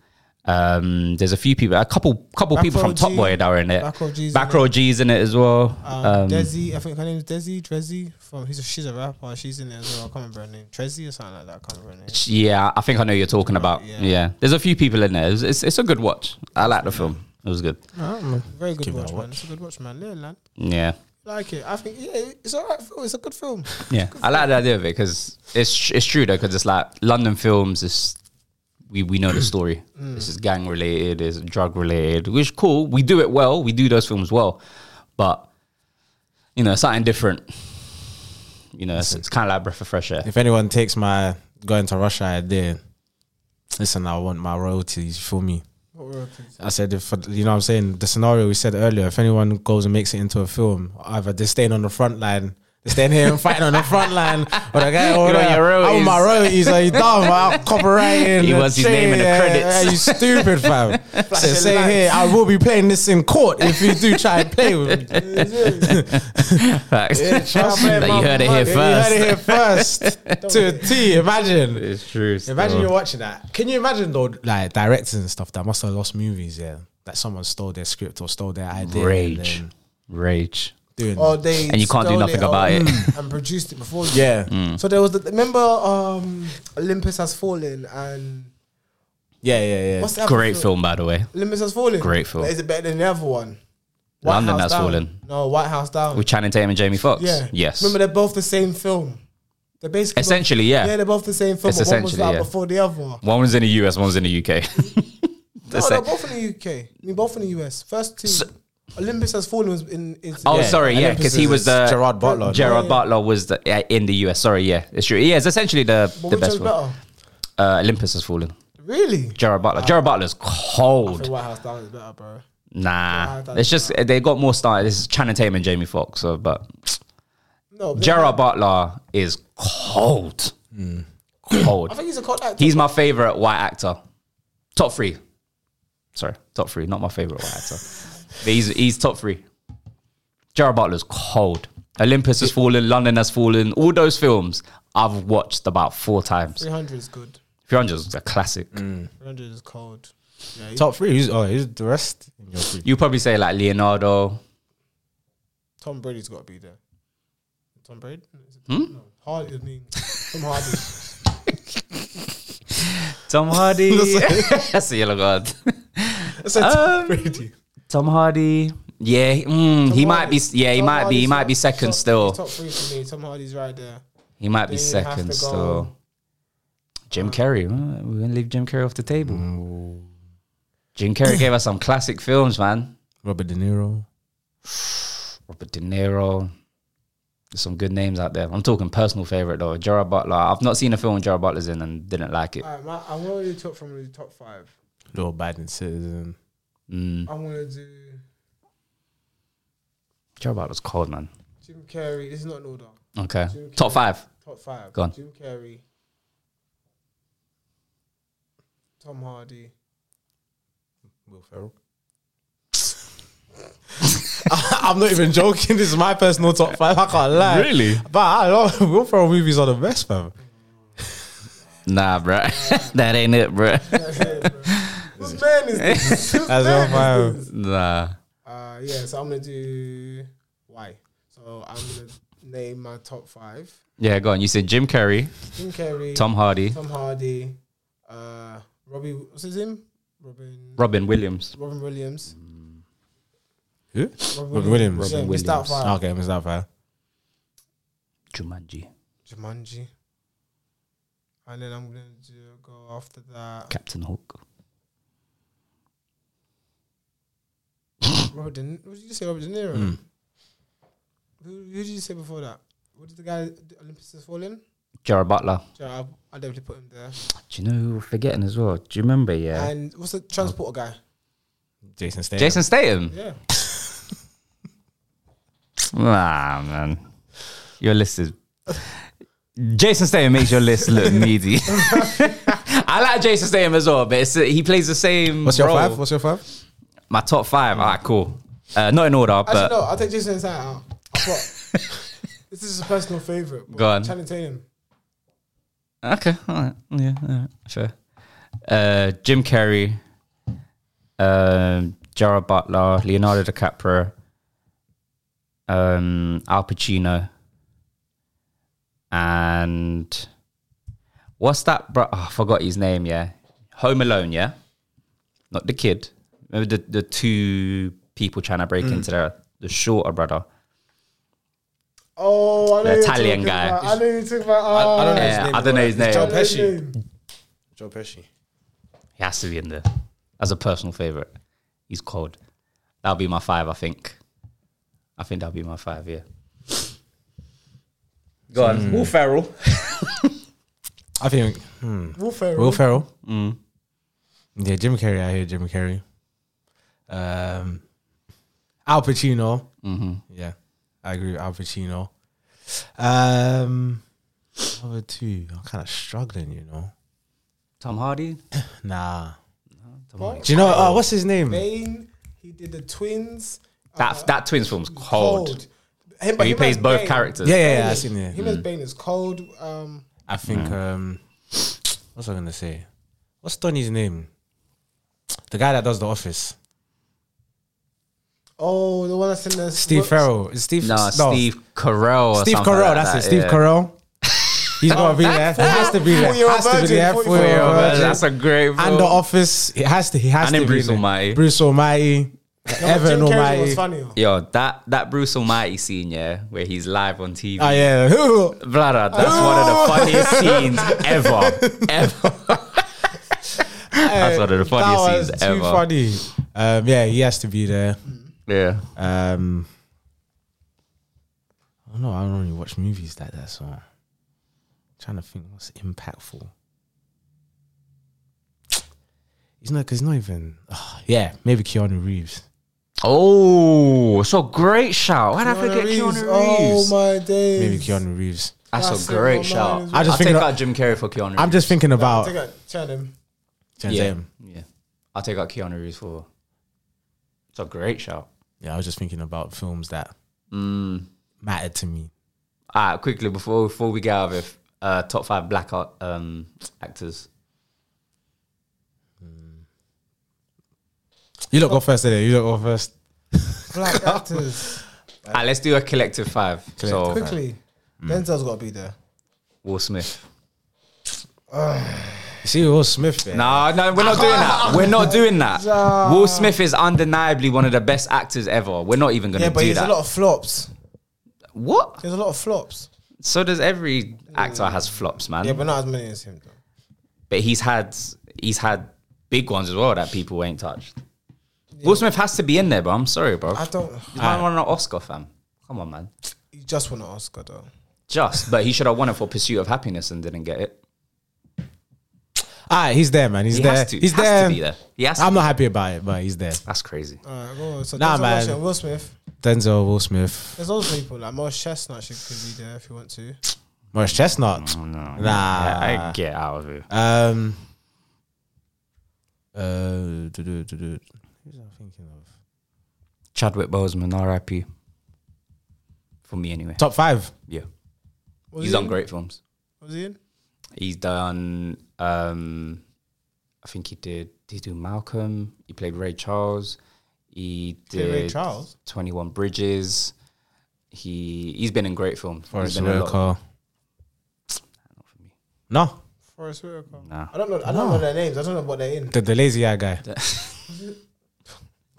Um, there's a few people, a couple couple Back people Row from Top G- Boy that are in it. Back Row G's in Back it. Row G's in it as well. Um, Um, Desi, I think her name is Desi, Drezzy. From he's a, she's a rapper. She's in it as well. I can't remember her name. Trezzy or something like that. I can't remember her name. yeah, I think I know who you're talking about. yeah. Yeah. there's a few people in there. It's, it's, it's a good watch. I like the film. It was good. Very good Give that watch, a man. It's a good watch, man. Yeah, man. Yeah, Like it. I think yeah, it's alright. film. It's a good film. yeah. I like the idea of it because it's it's true though because it's like London films is. We, we know the story. This is gang related, it's drug related, which is cool. We do it well. We do those films well, but you know something different. You know, it's, it's kind of like breath of fresh air. If anyone takes my going to Russia idea, listen, I want my royalties for me. What were your opinions? I said, if you know what I'm saying, the scenario we said earlier, if anyone goes and makes it into a film, either they're staying on the front line, they're staying here and fighting on the front line, or the guy, or You want the, your I want my royalties, are you dumb? I'm copyrighting. He the wants his name in the shit, credits. Yeah, you stupid, fam. I said, Flashing Say lights. here, I will be playing this in court if you do try and play with me. Facts. Trust me. Like, you heard it You here heard first. it here first. to a T, imagine. It's true. Imagine you're watching that. Can you imagine though, like directors and stuff that must have lost movies, yeah, that someone stole their script or stole their idea, and Rage. then Rage. doing Or Oh, they And you can't do stole nothing or- about it. Mm. and produced it before. you. yeah, So there was the, remember um, Olympus has fallen and yeah, yeah, yeah. what's that? Great film, by the way. Olympus has fallen. Great film. But is it better than the other one? London House Has Down. Fallen. No, White House Down. With Channing Tatum and Jamie Foxx. yeah. Yes. Remember, they're both the same film. They're basically both- Essentially, yeah. Yeah, they're both the same film. It's but one was essentially, out yeah. before the other. one. One was in the US, one was in the UK. No, That's they're it. both in the UK. I mean, both in the US. First two. Olympus has fallen was in. Is Oh, Yeah. sorry, yeah, because he was the Gerard Oh, Butler. Gerard Yeah. Butler was the, yeah, in the US. Sorry, yeah, it's true. Yeah, it's essentially the But the which best one's one. better? Uh, Olympus has fallen. Really? Gerard Butler. Gerard Butler's The cold. White House Down is better, bro. Nah, Nah, it's just they got more style. This is Channing Tatum and Jamie Foxx. So, but No, but- Gerard Butler is cold. Mm. I Cold. think he's a cold actor. He's my favorite white actor. Top three. Sorry, top three. Not my favorite white actor. but he's he's top three. Gerard Butler's cold. Olympus has fallen. London has fallen. All those films I've watched about four times. 300 is good. 300 is a classic. Mm. 300 is cold. Yeah, he- top three. Who's, oh, who's the rest? in your three? You probably say like Leonardo. Tom Brady's got to be there. Tom Brady? Is it- Hmm? No. Hardy, I mean, Tom Hardy. Tom Hardy. That's a yellow card. That's a Um, top three. Tom Hardy. Yeah, he- mm, he Tom might be. Hardy- Yeah, he Tom might be. He Hardy's might be top- second top- still. Top three for me. Tom Hardy's right there. He might be Then you have to second go- Uh. still. Jim Carrey. huh? We're gonna leave Jim Carrey off the table. Mm. Jim Carrey gave us some classic films, man. Robert De Niro. Robert De Niro. There's some good names out there. I'm talking personal favorite though. Gerard Butler. I've not seen a film Gerard Butler's in and didn't like it. All right, my, I'm going to do top from the top five. Little Biden citizen. Mm. I'm going to do Gerard Butler's cold, man. Jim Carrey. This is not an order. Okay. Jim Top Carrey. five. Top five. Go on. Jim Carrey. Tom Hardy. Will Ferrell. I'm not even joking. This is my personal top five. I can't lie. Really? But I love Will Ferrell movies are the best, fam. Nah, bro. that ain't it, bro. Whose man is this? Whose man That's your is five. this? Nah. Uh, yeah, so I'm going to do why. So I'm going to name my top five. Yeah, go on. You said Jim Carrey, Jim Carrey. Tom Hardy, Tom Hardy. Uh, Robbie. What's his name? Robin. Robin Williams. Robin Williams. Who? Robin Robin Williams. Yeah, Robin Missed Out Williams. Fire. Okay, Mr. Fire. Jumanji. Jumanji. And then I'm gonna do, go after that. Captain Hook. Robert De, what did you say, Robert De Niro? Hmm. Mm. Who, who did you say before that? What did the guy the Olympus has fallen? Gerard Butler. Yeah, I'll, I'll definitely put him there. Do you know who we're forgetting as well? Do you remember? Yeah. And what's the transporter guy? Jason Statham. Jason Statham. Yeah. Nah, man. Your list is. Jason Statham makes your list look needy. I like Jason Statham as well, but it's, he plays the same. What's your role. five? What's your five? My top five. All right, cool. Uh, not in order, Actually, but no. I'll take Jason Statham out. I thought- this is a personal favorite. but Go on. Channing Tatum. okay. All right. Yeah. All right. Sure. Uh, Jim Carrey, um, Gerard Butler, Leonardo DiCaprio, um, Al Pacino, and what's that? Bro, oh, I forgot his name. Yeah, Home Alone. Yeah, not the kid. Remember the the two people trying to break into their the shorter brother. Oh, I know The who you're Italian talking guy. about. I know you talking about. Uh, I don't know his Yeah, name. I don't know his It's I know his Joe Pesci. name. Joe Pesci. He has to be in there as a personal favorite. He's cold. That'll be my five, I think. I think that'll be my five. Yeah. Go on, Will Ferrell. I think Will Ferrell. Will Ferrell. Mm. Yeah, Jim Carrey. I hear Jim Carrey. Um, Al Pacino. Mm-hmm. Yeah, I agree with Al Pacino. Um, other two. I'm kind of struggling, you know. Tom Hardy. Nah. Tom What? Hardy. Do you know uh, what's his name? Bane. He did the twins. uh, That that twins film's cold. Cold. Him, He him plays as both Bane. characters. Hmm. Yeah, yeah, yeah. I Bane- seen it. Him as Bane is cold. Um, I Mm. think. Um, what's I gonna say? What's Donny's name? The guy that does the Office. oh, the one that's in the Steve what- Farrell. Is Steve? No, Steve Carell. or Steve something Carell, like that's that, it. Steve yeah. Carell. He's gotta be there. He has to be there. Full-year Has to be virgin, there. full-year Full-year virgin. virgin. Well, that's a great. And the role. Office. He has to. He has And to then be Bruce there. Almighty. Bruce Almighty. No, but Evan Jim Carrey was Almighty. funny. Yo, that that Bruce Almighty scene, yeah, where he's live on TV. Oh yeah. Who? Bladder, that's one of Oh. the funniest scenes ever. Ever. that's one of the funniest that was scenes too ever. funny. Um, yeah, he has to be there. Yeah. Um, I don't know. I don't really watch movies like that. So, I'm trying to think what's impactful. He's not because not even. ah, yeah, maybe Keanu Reeves. Oh, so great shout. Why'd I Keanu forget Keanu Reeves. Reeves? Oh my days. Maybe Keanu Reeves. that's, That's a great it, my shout. man. I I just will think take that- out Jim Carrey for Keanu Reeves. I'm just thinking about Take a turn him. Gen yeah. Zem. yeah. I'll take out Keanu Reeves for. It's a great shout. Yeah, I was just thinking about films that Mm. mattered to me. All right, quickly before before we get out of it, uh, top five black art, um, actors. You look go first today. You look go first. Black actors. All right, let's do a collective five. So Quickly. Hmm. Denzel's got to be there. Will Smith. See Will Smith. there. No, no, we're not doing that. We're not doing that. Will Smith is undeniably one of the best actors ever. We're not even going to Yeah, but do there's that. a lot of flops. what? There's a lot of flops. So does every actor has flops, man. Yeah, but, but not as many as him, though. he's had he's had big ones as well that people ain't touched. Will Smith has to be in there, bro. I'm sorry, bro. I don't. He's not won an Oscar, fam. Come on, man. He just won an Oscar, though. Just, but he should have won it for Pursuit of Happiness and didn't get it. All right, Ah, he's there, man. He's He there. has to. He's has there. to be there. He has to. I'm not happy about it, but he's there. That's crazy. All right, go on. So Nah, Denzel man. Washington, Will Smith. Denzel, Will Smith, There's other people like Morris Chestnut should could be there if you want to. Morris Chestnut. Mm, I Nah. get out of it. Um. Uh. do, do, do, do. Who's I thinking of? Chadwick Boseman, R.I.P. For me, anyway. Top five. Yeah, Was he's he done in- great films. Was he in? He's done. Um, I think he did. Did he do Malcolm? He played Ray Charles. He Played did Ray Charles? Twenty One Bridges. He he's been in great films. Forrest he's been in a lot. Whitaker. No, Forrest Whitaker. Nah. I don't know. I don't know their names. I don't know what they're in. the, the lazy eye guy.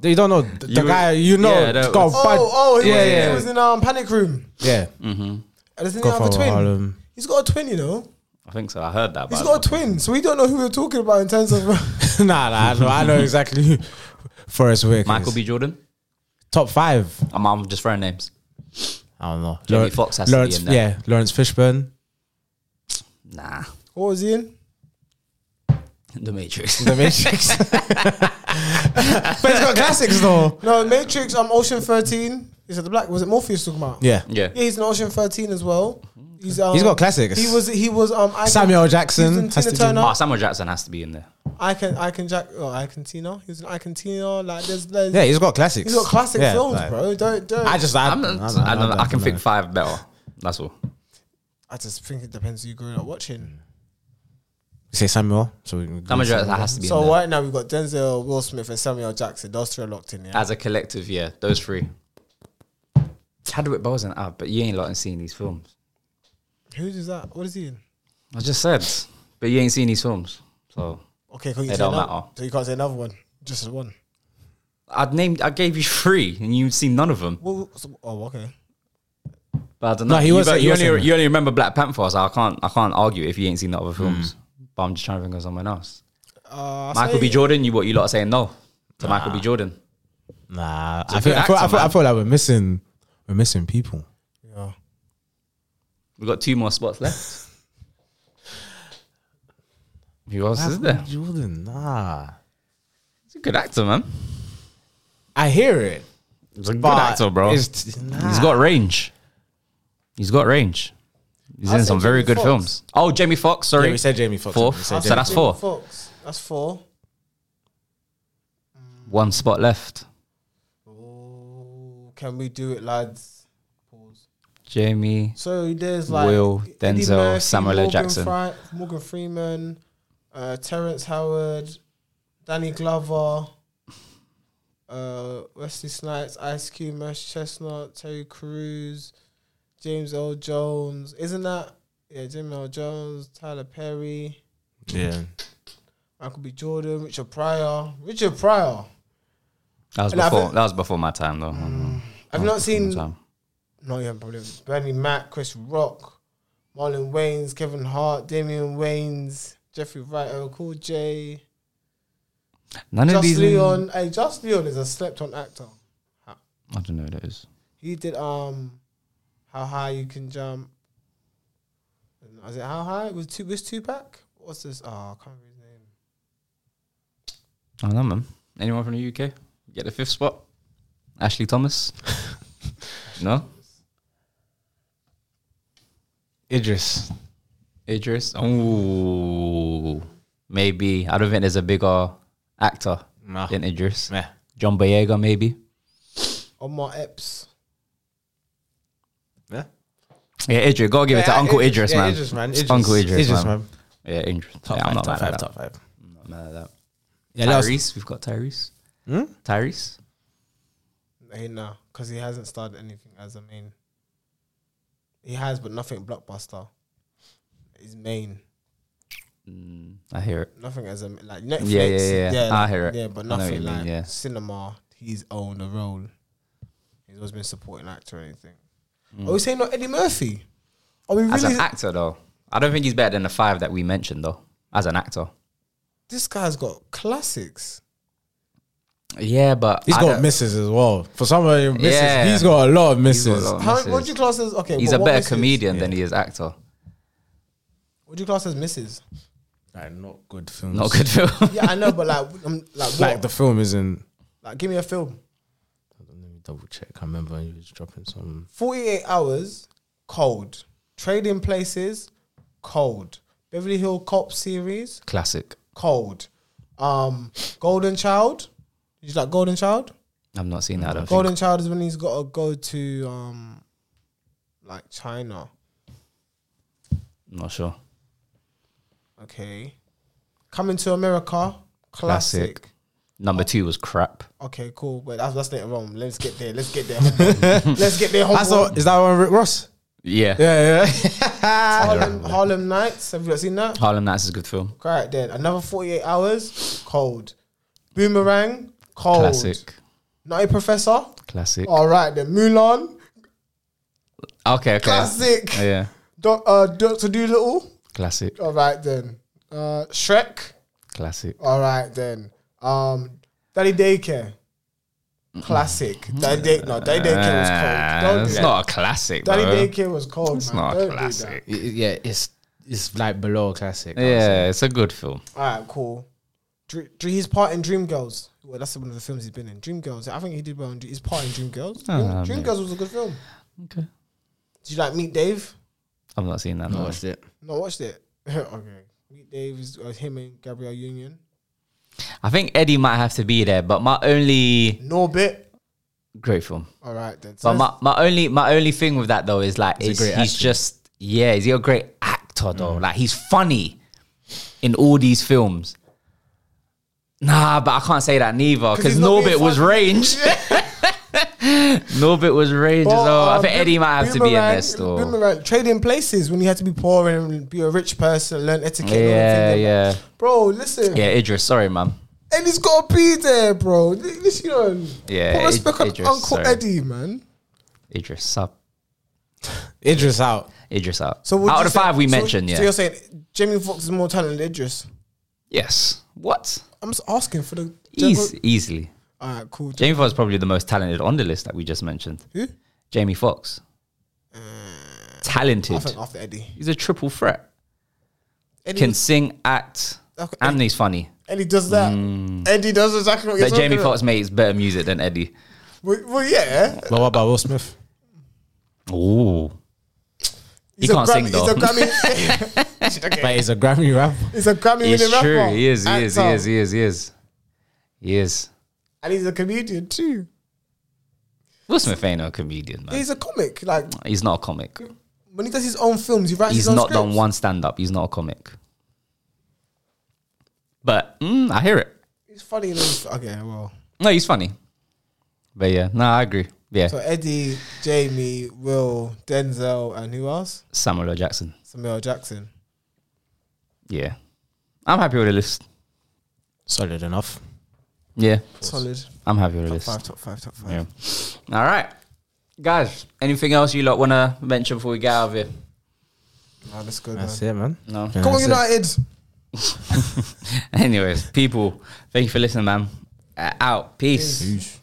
you don't know the, the You- guy. You know, yeah, that it's got was- Mm. a bad- Oh, oh, he, Yeah, was, yeah. he was in um, Panic Room. yeah. And Isn't he have a Godfather of twin? Harlem. He's got a twin, you know. I think so. I heard that. He's but- got a twin, so we don't know who we're talking about in terms of. nah, nah, I know, I know exactly who Forrest Whitaker. Michael is. B. Jordan. top five. I'm, I'm just throwing names. I don't know. Jamie Lawrence- Foxx has to be Lawrence, in there. Yeah, Lawrence Fishburne. Nah, what was he in? The Matrix. The Matrix. but it's got classics though. No, Matrix. Um, Ocean Thirteen. Is it the black? Was it Morpheus talking about? Yeah. yeah. Yeah, he's in Ocean Thirteen as well. He's um, He's got classics. He was he was um I Samuel Can- Jackson He was in has Tina to do- Turner. Oh, Samuel Jackson has to be in there. I can I can Jack. Oh, I can Tina. He was in I can Tina. Like there's, there's Yeah, he's got classics. he's got classic Yeah, films, like- bro. Don't don't. I just, I, I'm I, not, I, don't don't know, know. I don't can know. pick five better. That's all. Mm. I just think it depends who you grew up watching. say Samuel. So we- Samuel Jackson has to be So in there. right now we've got Denzel, Will Smith, and Samuel Jackson. Those three are locked in. Yeah. as a collective. Yeah, those three. Chadwick Boseman out, but you ain't lot seen these films. Who is that? What is he in? I just said, but you ain't seen these films, so Okay, can you They say don't another- matter. So you can't say another one. Just one. I'd named. I gave you three, and you've seen none of them. Well, so- oh, okay. But I don't No, know. he you, was- but he you was in only it. you only remember Black Panther, so I can't I can't argue if you ain't seen the Hmm. other films. But I'm just trying to think of someone else. Uh, I Michael B. say- Jordan, you what you lot are saying no to Michael B. Jordan. Nah, a I feel, good I, feel, I, actor, feel, I man. feel like we're missing we're missing people. Yeah. We've got two more spots left. Who else is there? Michael Jordan, nah. He's a good actor, man. I hear it. He's a good But actor, bro. it's- nah. He's got range. He's got range. He's I'll in say some very Jamie good Foxx. films. Oh, Jamie Foxx, sorry. Yeah, we said Jamie Foxx. Fourth. We said I'll So say Jamie- that's Jamie four. Foxx. That's four. One spot left. Ooh, Oh, can we do it, lads? Pause. Jamie. So there's like Will, Eddie Denzel, Murphy, Samuel L. Morgan Jackson. Fri- Morgan Freeman, uh, Terrence Howard, Danny Glover, uh, Wesley Snipes, Ice Cube, Mash Chestnut, Terry Crews, James L. Jones. Isn't that yeah? James L. Jones, Tyler Perry, Yeah. Michael B. Jordan, Richard Pryor, Richard Pryor. That was And I before think- that was before my time though. Mm, I've not seen time. No, you haven't probably. Bernie Mac, Chris Rock, Marlon Wayans, Kevin Hart, Damian Wayans, Jeffrey Wright, Earl Cool J, None of Just these. Leon. Hey, Just Leon is a slept on actor. I don't know who that is. He did um, How High You Can Jump. Is it How High? Was two was two pack? What's this? Oh, I can't remember his name. I don't know, man. Anyone from the UK? Get the fifth spot. Ashley Thomas. no. Idris. Idris. Oh, maybe. I don't think there's a bigger actor Nah. than Idris. Meh. John Boyega, maybe. Omar Epps. Yeah. Yeah, Idris. Gotta give it to Yeah, Uncle Idris, yeah, man. Idris, man. It's Uncle Idris, man. man. Yeah, Idris. Top yeah, five, I'm not top mad five, at that. top five. I'm not mad at that. Yeah, that was- Tyrese. We've got Tyrese. Tyrese. Hey, nah, because he hasn't started anything as a main. He has, but nothing blockbuster. His main. Mm, I hear it. nothing as a like Netflix. yeah, yeah. I hear it. Yeah, but I know what you nothing mean, like yeah. cinema. He's owned a role. He's always been a supporting actor or anything. Are we saying not Eddie Murphy? Are we Mm. As really? an actor, though, I don't think he's better than the five that we mentioned, though. As an actor. this guy's got classics. Yeah, but He's I got don't- misses as well. For somebody misses, Yeah. he's got a lot of he's got a misses. lot of How misses. what do you class as? Okay, He's but a what better misses? comedian than he is actor. What do you class as misses? Like, not good films. Not good film. Yeah, I know, but like, um, like, what? Like the film isn't. like, give me a film. Let me double check. I remember he was dropping some. Forty-eight hours, cold. Trading Places, cold. Beverly Hill Cop series, Classic. cold. Um, Golden Child. Did you like Golden Child? I've not seen that. I don't Golden Child is when he's got to go to um, like China. think. Not sure. Okay, Coming to America, classic. Classic. Number two was crap. Okay, cool. But that's that's not wrong. Let's get there. Let's get there. homework. Let's get there. I saw. Homework. Is that one Rick Ross? Yeah. Yeah, yeah. Harlem, Harlem Nights. Have you not seen that? Harlem Nights is a good film. Right then, another forty-eight hours. Cold. Boomerang. Cold. Classic. Nutty Professor. Classic. All right then. Mulan. Okay, okay. Classic. Yeah. Doc, uh, Doctor Doolittle. Classic. All right then. Uh, Shrek. Classic. All right then. Um, Daddy Daycare. Classic. Daddy Day- no, Daddy Daycare was cold. Don't do Uh, Mm-hmm. it's that. not a classic, Daddy though. Daycare was cold. It's man. not Don't a do that. classic. Yeah, it's it's like below a classic. I would say. Yeah, it's a good film. All right, cool. Dr- Dr- his part in Dreamgirls. Well, that's one of the films he's been in. Dreamgirls. I think he did well in Dr- his part in Dreamgirls. Ah, Dream, Dreamgirls was a good film. Okay. Did you like Meet Dave? I've not seen that. I No. watched it. No, watched it. okay. Meet Dave is uh, him and Gabrielle Union. I think Eddie might have to be there, but my only Norbit. great film. All right then. So But my, my only my only thing with that though is like He's a is great he's actor. Mm. just yeah, is he a great actor though? Like he's funny. in all these films. Nah, but I can't say that neither 'Cause he's because not Norbit being was funny. range. Norbit was range as well. oh, I think Eddie might have to be um, in Oh, Boomerang- there still. Boomerang, trading places when you had to be poor and be a rich person, learn etiquette. and all Yeah, that. yeah, Bro, listen. yeah. Idris, sorry, man. And he's got to be there, bro. Listen, on. Yeah, Put respect Id- on Idris, Uncle sorry. Eddie, man. Idris sub. Idris out. Idris out. So So would out you of say- the five we so- mentioned, So yeah. you're saying Jamie Foxx is more talented than Idris? yes. What? I'm just asking for the. Easy, easily. All right, cool. Jamie Foxx is probably the most talented on the list that we just mentioned. Who? Jamie Foxx. I Talented. Mm. think after Eddie. He's a triple threat. Eddie, Can sing, act, Okay. and he's funny. Eddie does that. Eddie does exactly what you're But talking Jamie about. Foxx makes better music than Eddie. Well, well, yeah. But what about Will Smith? Ooh. He's he a can't Grammy, sing though. He's a Grammy. But he's a Grammy rapper. he's a Grammy winning it's rapper. true. He is, he is, he actor, is, he is, he is. He is. And he's a comedian too. Will Smith ain't no comedian, man. He's a comic. Like He's not a comic. when he does his own films, he writes He's his own not scripts. done one stand up. He's not a comic. But mm, I hear it. He's funny. In his, okay, well. No, he's funny. But yeah, no, I agree. Yeah, So Eddie, Jamie, Will, Denzel, and who else? Samuel L. Jackson. Samuel L. Jackson. Yeah, I'm happy with the list. Solid enough. Yeah, Solid. I'm happy with the Five list. top five top five. Yeah. All right, guys. Anything else you lot want to mention before we get out of here? Nah, that's good, That's man. it, man. No. Come on, That's it. United. Anyways, people, thank you for listening, man. Uh, out. Peace. Peace.